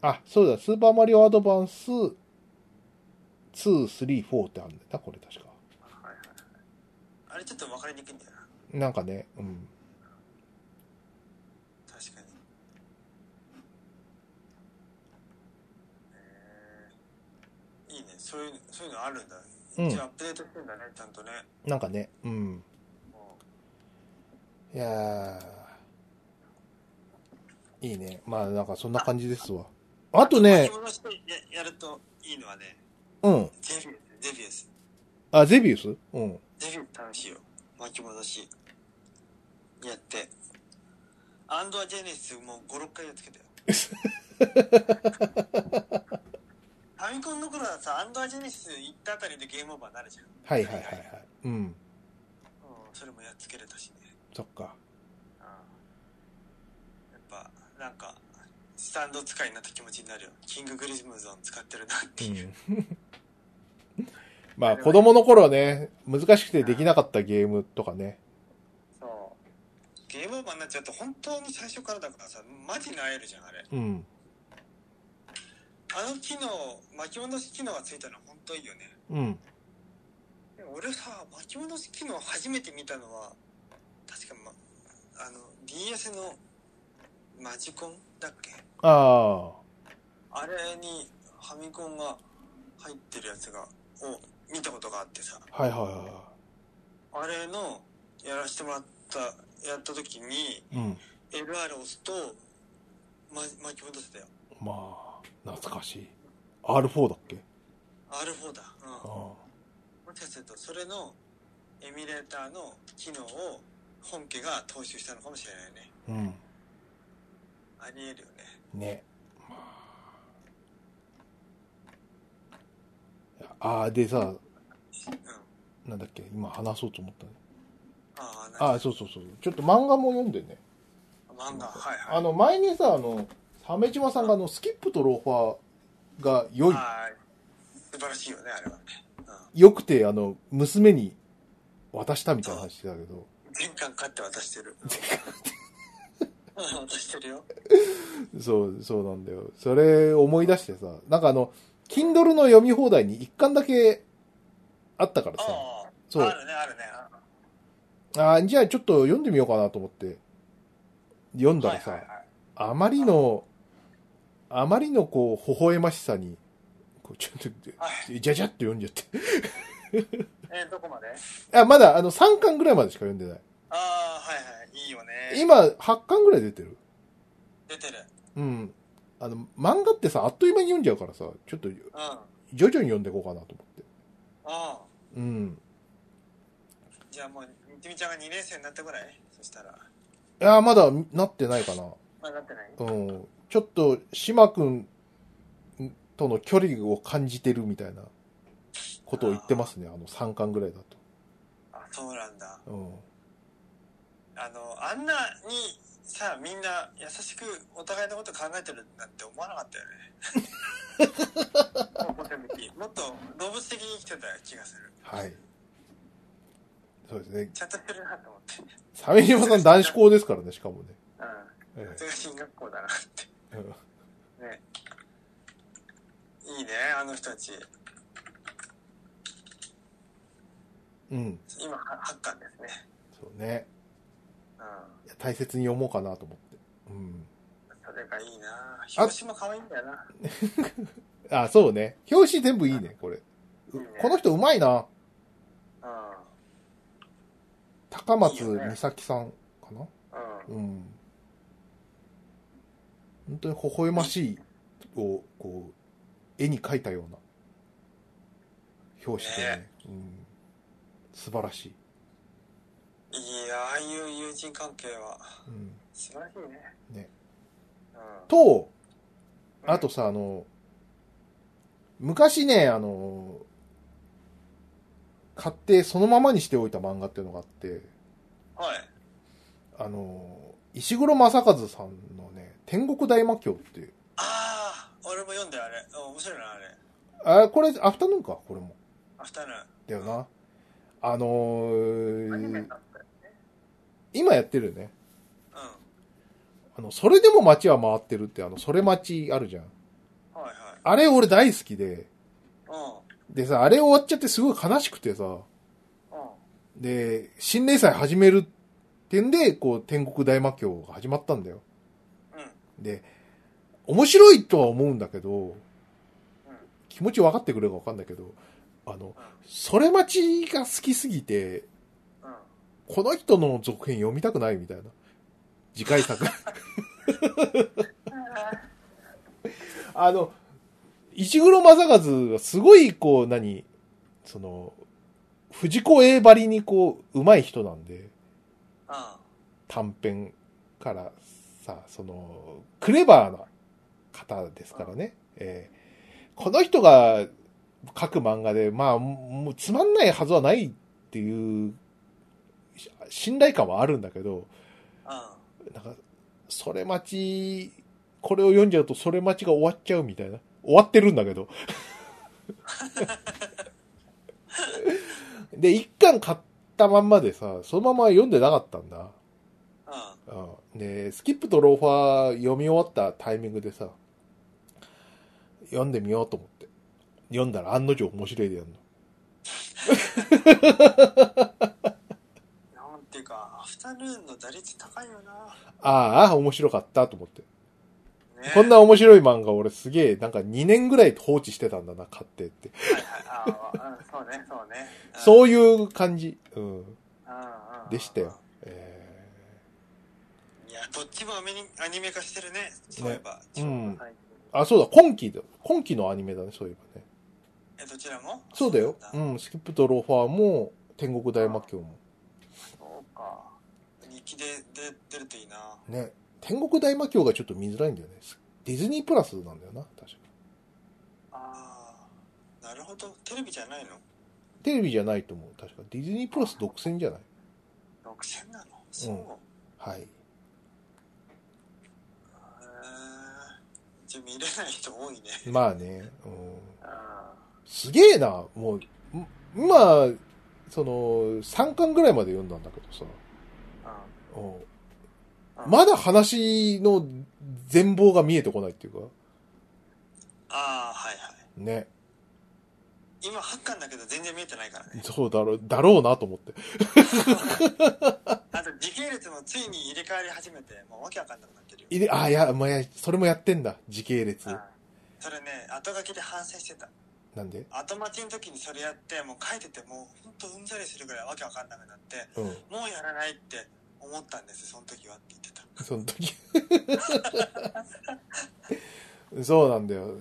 Speaker 1: 4
Speaker 2: あ、そうだ。スーパーマリオアドバンス、2、3、4ってあるんだよな、これ確か。
Speaker 1: はいはいあれちょっと分かりにくいんだよな
Speaker 2: なんかね、うん。
Speaker 1: 確かにえーいいねそういうそういうのあるんだ
Speaker 2: うん
Speaker 1: 一応アップデートしてんだねちゃんとね
Speaker 2: なんかね、うん。
Speaker 1: もう
Speaker 2: いやーいいね。まあ、なんかそんな感じですわ。あとね
Speaker 1: 巻き、戻してややるといいのはね
Speaker 2: うん。
Speaker 1: ゼビウスゼビウス
Speaker 2: あ、ゼビウスうん。
Speaker 1: ゼビウス楽しいよ巻き戻しやってアンドアジェネシスもう56回やっつけたよ ファミコンの頃はさアンドアジェネシス行ったあたりでゲームオーバーになるじゃん
Speaker 2: はいはいはいはい。うん。
Speaker 1: うんそれもやっつけれたしね、
Speaker 2: そっか。
Speaker 1: うん、やっぱなんかスタンド使いになった気持ちになるよキンググリムゾン使ってるなって
Speaker 2: う
Speaker 1: いう、
Speaker 2: ん。 まあ、子供の頃ね、難しくてできなかったゲームとかね。
Speaker 1: そうゲームオーバーになっちゃうと本当に最初からだからさマジに会えるじゃんあれ
Speaker 2: うん。
Speaker 1: あの機能巻き戻し機能がついたのは本当いいよね
Speaker 2: うん。
Speaker 1: でも俺さ巻き戻し機能初めて見たのは確か、ま、あの DS のマジコンだっけ
Speaker 2: あ
Speaker 1: あれにファミコンが入ってるやつがを見たことがあってさ
Speaker 2: あ。はいはいは
Speaker 1: あれのやらせてもらったやった時に
Speaker 2: い。うん。
Speaker 1: LR を押すと、ま、巻き戻せたよ
Speaker 2: まあ、懐かしい。R4 だっけ
Speaker 1: R4 だうん
Speaker 2: ああ。
Speaker 1: もしかするとそれのエミュレーターの機能を本家が踏襲したのかもしれないね
Speaker 2: うん。
Speaker 1: ありえるよね
Speaker 2: ね。ああ、でさ、
Speaker 1: うん
Speaker 2: なんだっけ、今話そうと思ったね。
Speaker 1: ああ
Speaker 2: あ
Speaker 1: なん
Speaker 2: あ、
Speaker 1: か
Speaker 2: そうそうそう。ちょっと漫画も読んでね。
Speaker 1: 漫画はいはい
Speaker 2: あの、前にさ、あの、鮫島さんがあの、スキップとローファーが良い、
Speaker 1: はい素晴らしいよねあれはね、う
Speaker 2: 良くて、あの、娘に渡したみたいな話してたけど、
Speaker 1: ん、全巻買って渡してるうん渡してるよ
Speaker 2: そう、そうなんだよ。それ思い出してさ、なんかあの、Kindle の読み放題に一巻だけあったから
Speaker 1: あ
Speaker 2: さ、
Speaker 1: あ
Speaker 2: そう
Speaker 1: あるねあるね
Speaker 2: ああ、じゃあちょっと読んでみようかなと思って、読
Speaker 1: う
Speaker 2: ん
Speaker 1: ん
Speaker 2: だらさ、
Speaker 1: はいはいはい
Speaker 2: あまりの、あまりのこう、微笑ましさに、こうちょっと、
Speaker 1: は
Speaker 2: じゃじゃっと読んじゃって。
Speaker 1: えーどこまで
Speaker 2: あ、まだあの3巻ぐらいまでしか読んでない。
Speaker 1: ああはいはいいいよね
Speaker 2: 今、8巻ぐらい出てる。
Speaker 1: 出てる
Speaker 2: うん。あの、漫画ってさ、あっという間に読んじゃうからさ、ちょっと
Speaker 1: うんあ
Speaker 2: 徐々に読んでいこうかなと思って。
Speaker 1: あ
Speaker 2: うん。
Speaker 1: じゃあもうみちみちゃんが2年生になったぐらいそしたら
Speaker 2: いやー、まだなってないかな。
Speaker 1: まあなってない
Speaker 2: うん。ちょっと、島くんとの距離を感じてるみたいなことを言ってますね。あの3巻ぐらいだ
Speaker 1: あそうなんだ
Speaker 2: と。うん。
Speaker 1: あのあんなにさみんな優しくお互いのこと考えてるなんて思わなかったよ ねもっと動物的に生きてた気がする
Speaker 2: はい。そうですね。
Speaker 1: ちゃんとしてるなと思って
Speaker 2: 鮫島さん男子校ですからね、しかもね。
Speaker 1: う
Speaker 2: え
Speaker 1: んそれが進学校だなって
Speaker 2: えうん
Speaker 1: ねいいねあの人たち
Speaker 2: うん。
Speaker 1: 今は8巻ですね
Speaker 2: そうね。
Speaker 1: う
Speaker 2: いや大切に読もうかなと思って。うん。
Speaker 1: んそれがいいな表紙も可愛いんだよな
Speaker 2: あ、そうね。表紙全部いいね、これ。う
Speaker 1: いいね
Speaker 2: この人うまいな。
Speaker 1: う
Speaker 2: 高
Speaker 1: いい
Speaker 2: 松
Speaker 1: よね
Speaker 2: 美咲さんかな。
Speaker 1: んうん
Speaker 2: うん。本当に微笑ましいを、こう、絵に描いたような表紙でね。うん。素晴らしい。
Speaker 1: いやああいう友人関係は
Speaker 2: うん。
Speaker 1: 素晴らしいね
Speaker 2: ね
Speaker 1: うん
Speaker 2: と、あとさ、あの、昔ね、あの、買ってそのままにしておいた漫画っていうのがあって、
Speaker 1: はい
Speaker 2: あの、石黒正和さんのね、天国大魔教っていう、
Speaker 1: ああ俺も読んだよあれうん面白いなあれ
Speaker 2: あ、これアフタヌーンか、これも。
Speaker 1: アフタヌーン
Speaker 2: だよな。あの
Speaker 1: アニメに
Speaker 2: ー
Speaker 1: なったよね
Speaker 2: 今やってるよね。
Speaker 1: うん
Speaker 2: あの、それでも街は回ってるって、あの、それ街あるじゃん。
Speaker 1: はいはい
Speaker 2: あれ俺大好きで、
Speaker 1: う
Speaker 2: でさ、あれ終わっちゃってすごい悲しくてさ、
Speaker 1: んうん
Speaker 2: で、新連載始めるってんで、こう、天国大魔教が始まったんだよ。
Speaker 1: うん
Speaker 2: で、面白いとは思うんだけど、
Speaker 1: うん
Speaker 2: 気持ち分かってくれるか分かんないけど、あの、それ待ちが好きすぎて、
Speaker 1: うんうん
Speaker 2: この人の続編読みたくないみたいな。次回作。あの、石黒正和はすごい、こう、何、その、藤子 A ばりにこう、上手い人なんで、
Speaker 1: あ
Speaker 2: 短編からさ、その、クレバーな方ですからね。ええこの人が書く漫画で、まあ、もうつまんないはずはないっていう、し信頼感はあるんだけど、
Speaker 1: あ
Speaker 2: なんか、それ待ち、これを読んじゃうとそれ待ちが終わっちゃうみたいな。終わってるんだけど。で、一巻買ったまんまでさ、そのまま読んでなかったんだ。
Speaker 1: うん
Speaker 2: うんで、スキップとローファー読み終わったタイミングでさ、読んでみようと思って。読んだら案の定面白いでやんの。
Speaker 1: なんていうかアフタヌーンの打率高いよな
Speaker 2: ああ、面白かったと思って。
Speaker 1: ね
Speaker 2: こんな面白い漫画俺すげえ、なんか2年ぐらい放置してたんだな、買ってって。
Speaker 1: はいはいああうんそうねそうねう
Speaker 2: そういう感じ。うん。
Speaker 1: んうん
Speaker 2: でしたよえ
Speaker 1: いやどっちもアメニアニメ化してるねそういえば
Speaker 2: うん
Speaker 1: はい
Speaker 2: ー、あ、そうだ、今期だ。今期のアニメだね、そういえばね。
Speaker 1: えどちらも
Speaker 2: そうだよ。、
Speaker 1: そうなん
Speaker 2: スキップとローファーも、天国大魔教も。
Speaker 1: そうか日記でで出るといいな
Speaker 2: ね。天国大魔教がちょっと見づらいんだよね。ディズニープラスなんだよな、確か。
Speaker 1: ああなるほどテレビじゃないの
Speaker 2: テレビじゃないと思う。確か。ディズニープラス独占じゃない
Speaker 1: 6000なのそう、
Speaker 2: うんはい。
Speaker 1: へえじゃあ見れない人多いね
Speaker 2: まあね。うん、
Speaker 1: あ
Speaker 2: すげえな。もう、ん今、その、3巻ぐらいまで読んだんだけどさ。うん、まだ話の全貌が見えてこないっていうか。
Speaker 1: あーはいはい
Speaker 2: ね。
Speaker 1: 今8巻だけど全然見えてないからね
Speaker 2: そうだろう、だろうなと思って。
Speaker 1: あと時系列もついに入れ替わり始めてもうわけわかんなくなってるよ
Speaker 2: いで、あ、いや、まあ、いやそれもやってんだ。時系列。
Speaker 1: あーそれね後書きで反省してた
Speaker 2: なんで
Speaker 1: 後待ちの時にそれやってもう書いててもうほんとうんざりするぐらいわけわかんなくなって
Speaker 2: うん。
Speaker 1: もうやらないって思ったんですその時はって言ってた
Speaker 2: その時。 そうなんだよ。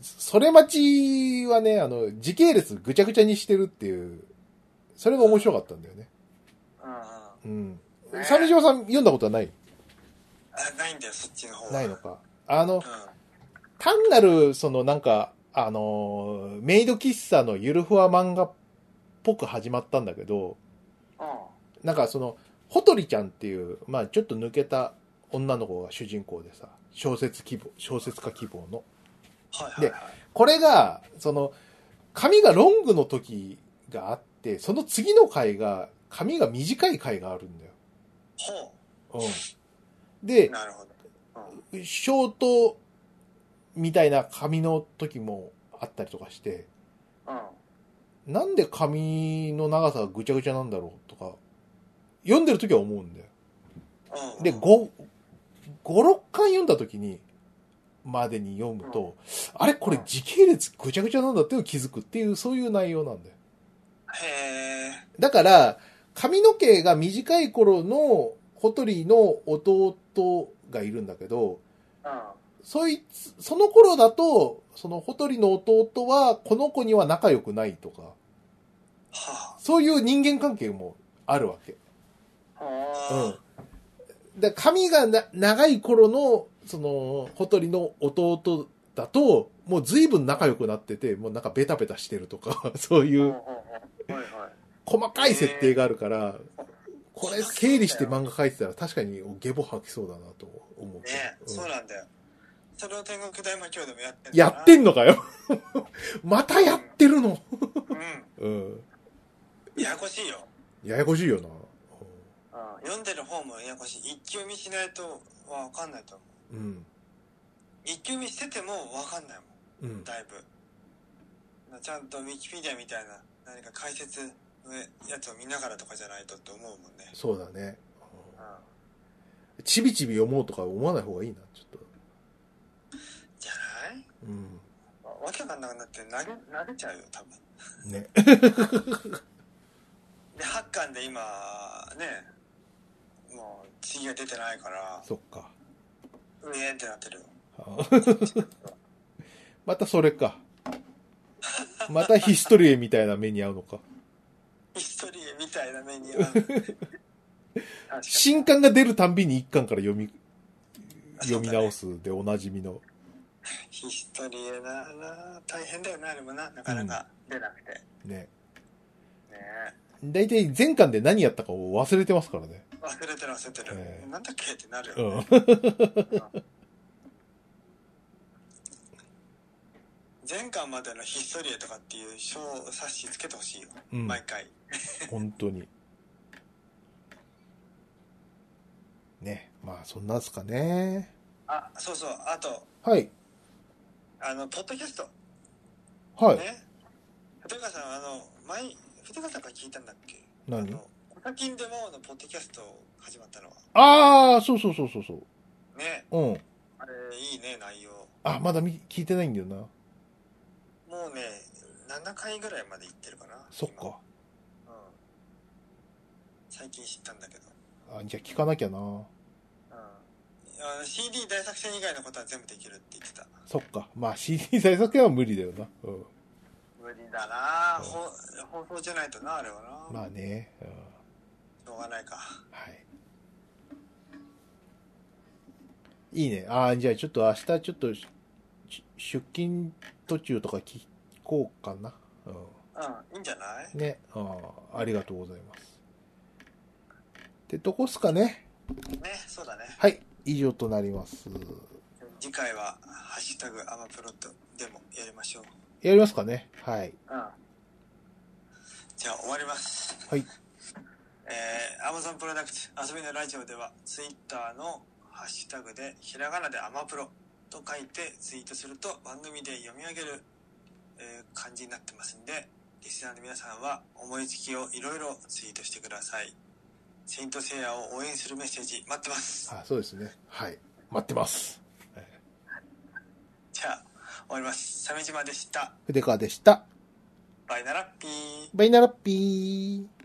Speaker 2: それ待ちはね、あの、時系列ぐちゃぐちゃにしてるっていう、それが面白かったんだよね。
Speaker 1: うんうん
Speaker 2: うん。鮫島さん読んだことはない
Speaker 1: あないんだよそっちの方は
Speaker 2: ないのか。あの
Speaker 1: う、ん
Speaker 2: 単なる、そのなんか、あのー、メイド喫茶のゆるふわ漫画っぽく始まったんだけど、
Speaker 1: うん
Speaker 2: なんかその、ほとりちゃんっていう、まあちょっと抜けた女の子が主人公でさ、小説希望、小説家希望の。
Speaker 1: はいはい
Speaker 2: で
Speaker 1: はい
Speaker 2: これが、その、髪がロングの時があって、その次の回が、髪が短い回があるんだよ。
Speaker 1: ほ
Speaker 2: う
Speaker 1: う
Speaker 2: ん。で、
Speaker 1: なるほど、うん、
Speaker 2: ショートみたいな髪の時もあったりとかして、
Speaker 1: うん、
Speaker 2: なんで髪の長さがぐちゃぐちゃなんだろうとか、読んでる時は思うんだよ。
Speaker 1: うん、
Speaker 2: で、5、5、6巻読んだ時に、までに読むと、あれこれ時系列ぐちゃぐちゃなんだっていうのを気づくっていう、そういう内容なんだよ。
Speaker 1: へえ
Speaker 2: だから、髪の毛が短い頃の小鳥の弟がいるんだけど、
Speaker 1: うん
Speaker 2: そいつ、その頃だと、その小鳥の弟はこの子には仲良くないとか、
Speaker 1: は
Speaker 2: そういう人間関係もあるわけ。
Speaker 1: あ、は
Speaker 2: うん。で、髪がな長い頃の、その、小鳥の弟だと、もう随分仲良くなってて、もうなんかベタベタしてるとか、 そうい
Speaker 1: あ、
Speaker 2: う
Speaker 1: はいはい
Speaker 2: 細かい設定があるから、こ
Speaker 1: そり
Speaker 2: れ
Speaker 1: ゃそうだよ
Speaker 2: 整理して漫画描いてたら確かにゲボ吐きそうだなと思って。
Speaker 1: ね、
Speaker 2: うん
Speaker 1: そうなんだよそれを天国大魔教でもやってんだ
Speaker 2: や
Speaker 1: な
Speaker 2: ってんのかよ またやってるの
Speaker 1: う
Speaker 2: うん。
Speaker 1: んややこしいよ、
Speaker 2: ややこしいよな。
Speaker 1: うん、読んでる方もややこしい一気読みしないとは分かんないと思う
Speaker 2: うん。
Speaker 1: 一気読みしてても分かんないも
Speaker 2: うん
Speaker 1: ん。だいぶなちゃんとウィキペディアみたいな何か解説のやつを見ながらとかじゃないとって思うもんね、
Speaker 2: そうだね。
Speaker 1: うん、
Speaker 2: うんちびちび読もうとか思わない方がいいな、ちょっと。
Speaker 1: じゃない
Speaker 2: うん。
Speaker 1: わわけわかんなくなって投げ投げちゃうよ多分
Speaker 2: ね。
Speaker 1: で8巻で今ねもう次が出てないから
Speaker 2: そっか。
Speaker 1: うえーってなってるよ
Speaker 2: またそれか。またヒストリエみたいな目に遭うのか。
Speaker 1: ヒストリエみたいな目に は確かに
Speaker 2: 新刊が出るたんびに一巻から読み、読み直
Speaker 1: す
Speaker 2: すでおなじみの。
Speaker 1: ヒストリエなな大変だよなあれもななかなか出なくて、
Speaker 2: ね。
Speaker 1: ね
Speaker 2: 大体前巻で何やったかを忘れてますからね。
Speaker 1: え忘れてる忘れてる、
Speaker 2: ええ
Speaker 1: なんだっけってなるよ、
Speaker 2: うん。
Speaker 1: 前巻までのヒストリエとかっていう小冊子つけてほしいよ、
Speaker 2: うん。
Speaker 1: 毎回
Speaker 2: 本当に。ね。まあ、そんなんすかね。
Speaker 1: あそうそうあと
Speaker 2: はい。
Speaker 1: あのポッドキャスト
Speaker 2: はい。
Speaker 1: ね藤川さんあの前藤川さんから聞いたんだっけあ
Speaker 2: 何
Speaker 1: の「コタキンデモー」のポッドキャスト始まったのは
Speaker 2: ああ、そうそうそうそうそう。
Speaker 1: ね
Speaker 2: うん。
Speaker 1: あれいいね内容
Speaker 2: あ、まだ見聞いてないんだよな。
Speaker 1: もうね7回ぐらいまで行ってるかな
Speaker 2: そっか。
Speaker 1: 今うん、最近知ったんだけど、う
Speaker 2: あじゃあ聞かなきゃな。
Speaker 1: ん、あの CD 大作戦以外のことは全部できるって言ってた
Speaker 2: そっか。まあ CD 制作権は無理だよな。うん。
Speaker 1: 無理だな
Speaker 2: そ
Speaker 1: ほ放送じゃないとなあれはな、
Speaker 2: まあね。うん、
Speaker 1: しょうがないか
Speaker 2: はい。いいね。ああ、じゃあちょっと明日ちょっとしし出勤途中とか聞こうかな。う
Speaker 1: うんいいんじゃない
Speaker 2: ん、ね。ああ、ありがとうございます。ってとこっすかね。
Speaker 1: ねそうだね
Speaker 2: はい。以上となります。
Speaker 1: 次回は「ハッシュタグアマプロット」でもやりましょう
Speaker 2: やりますかね。はい。
Speaker 1: うんじゃあ終わります。
Speaker 2: はい。
Speaker 1: えー、Amazon プロダクツ遊びのラジオでは Twitter のハッシュタグでひらがなでアマプロと書いてツイートすると番組で読み上げる、えー感じになってますんでリスナーの皆さんは思いつきをいろいろツイートしてください。セイントセイヤを応援するメッセージ待ってます。
Speaker 2: あそうですね。はい。待ってます。
Speaker 1: じゃあ終わります。鮫島でした。
Speaker 2: 筆川でした。
Speaker 1: バイナラッピー。
Speaker 2: バイナラッピー。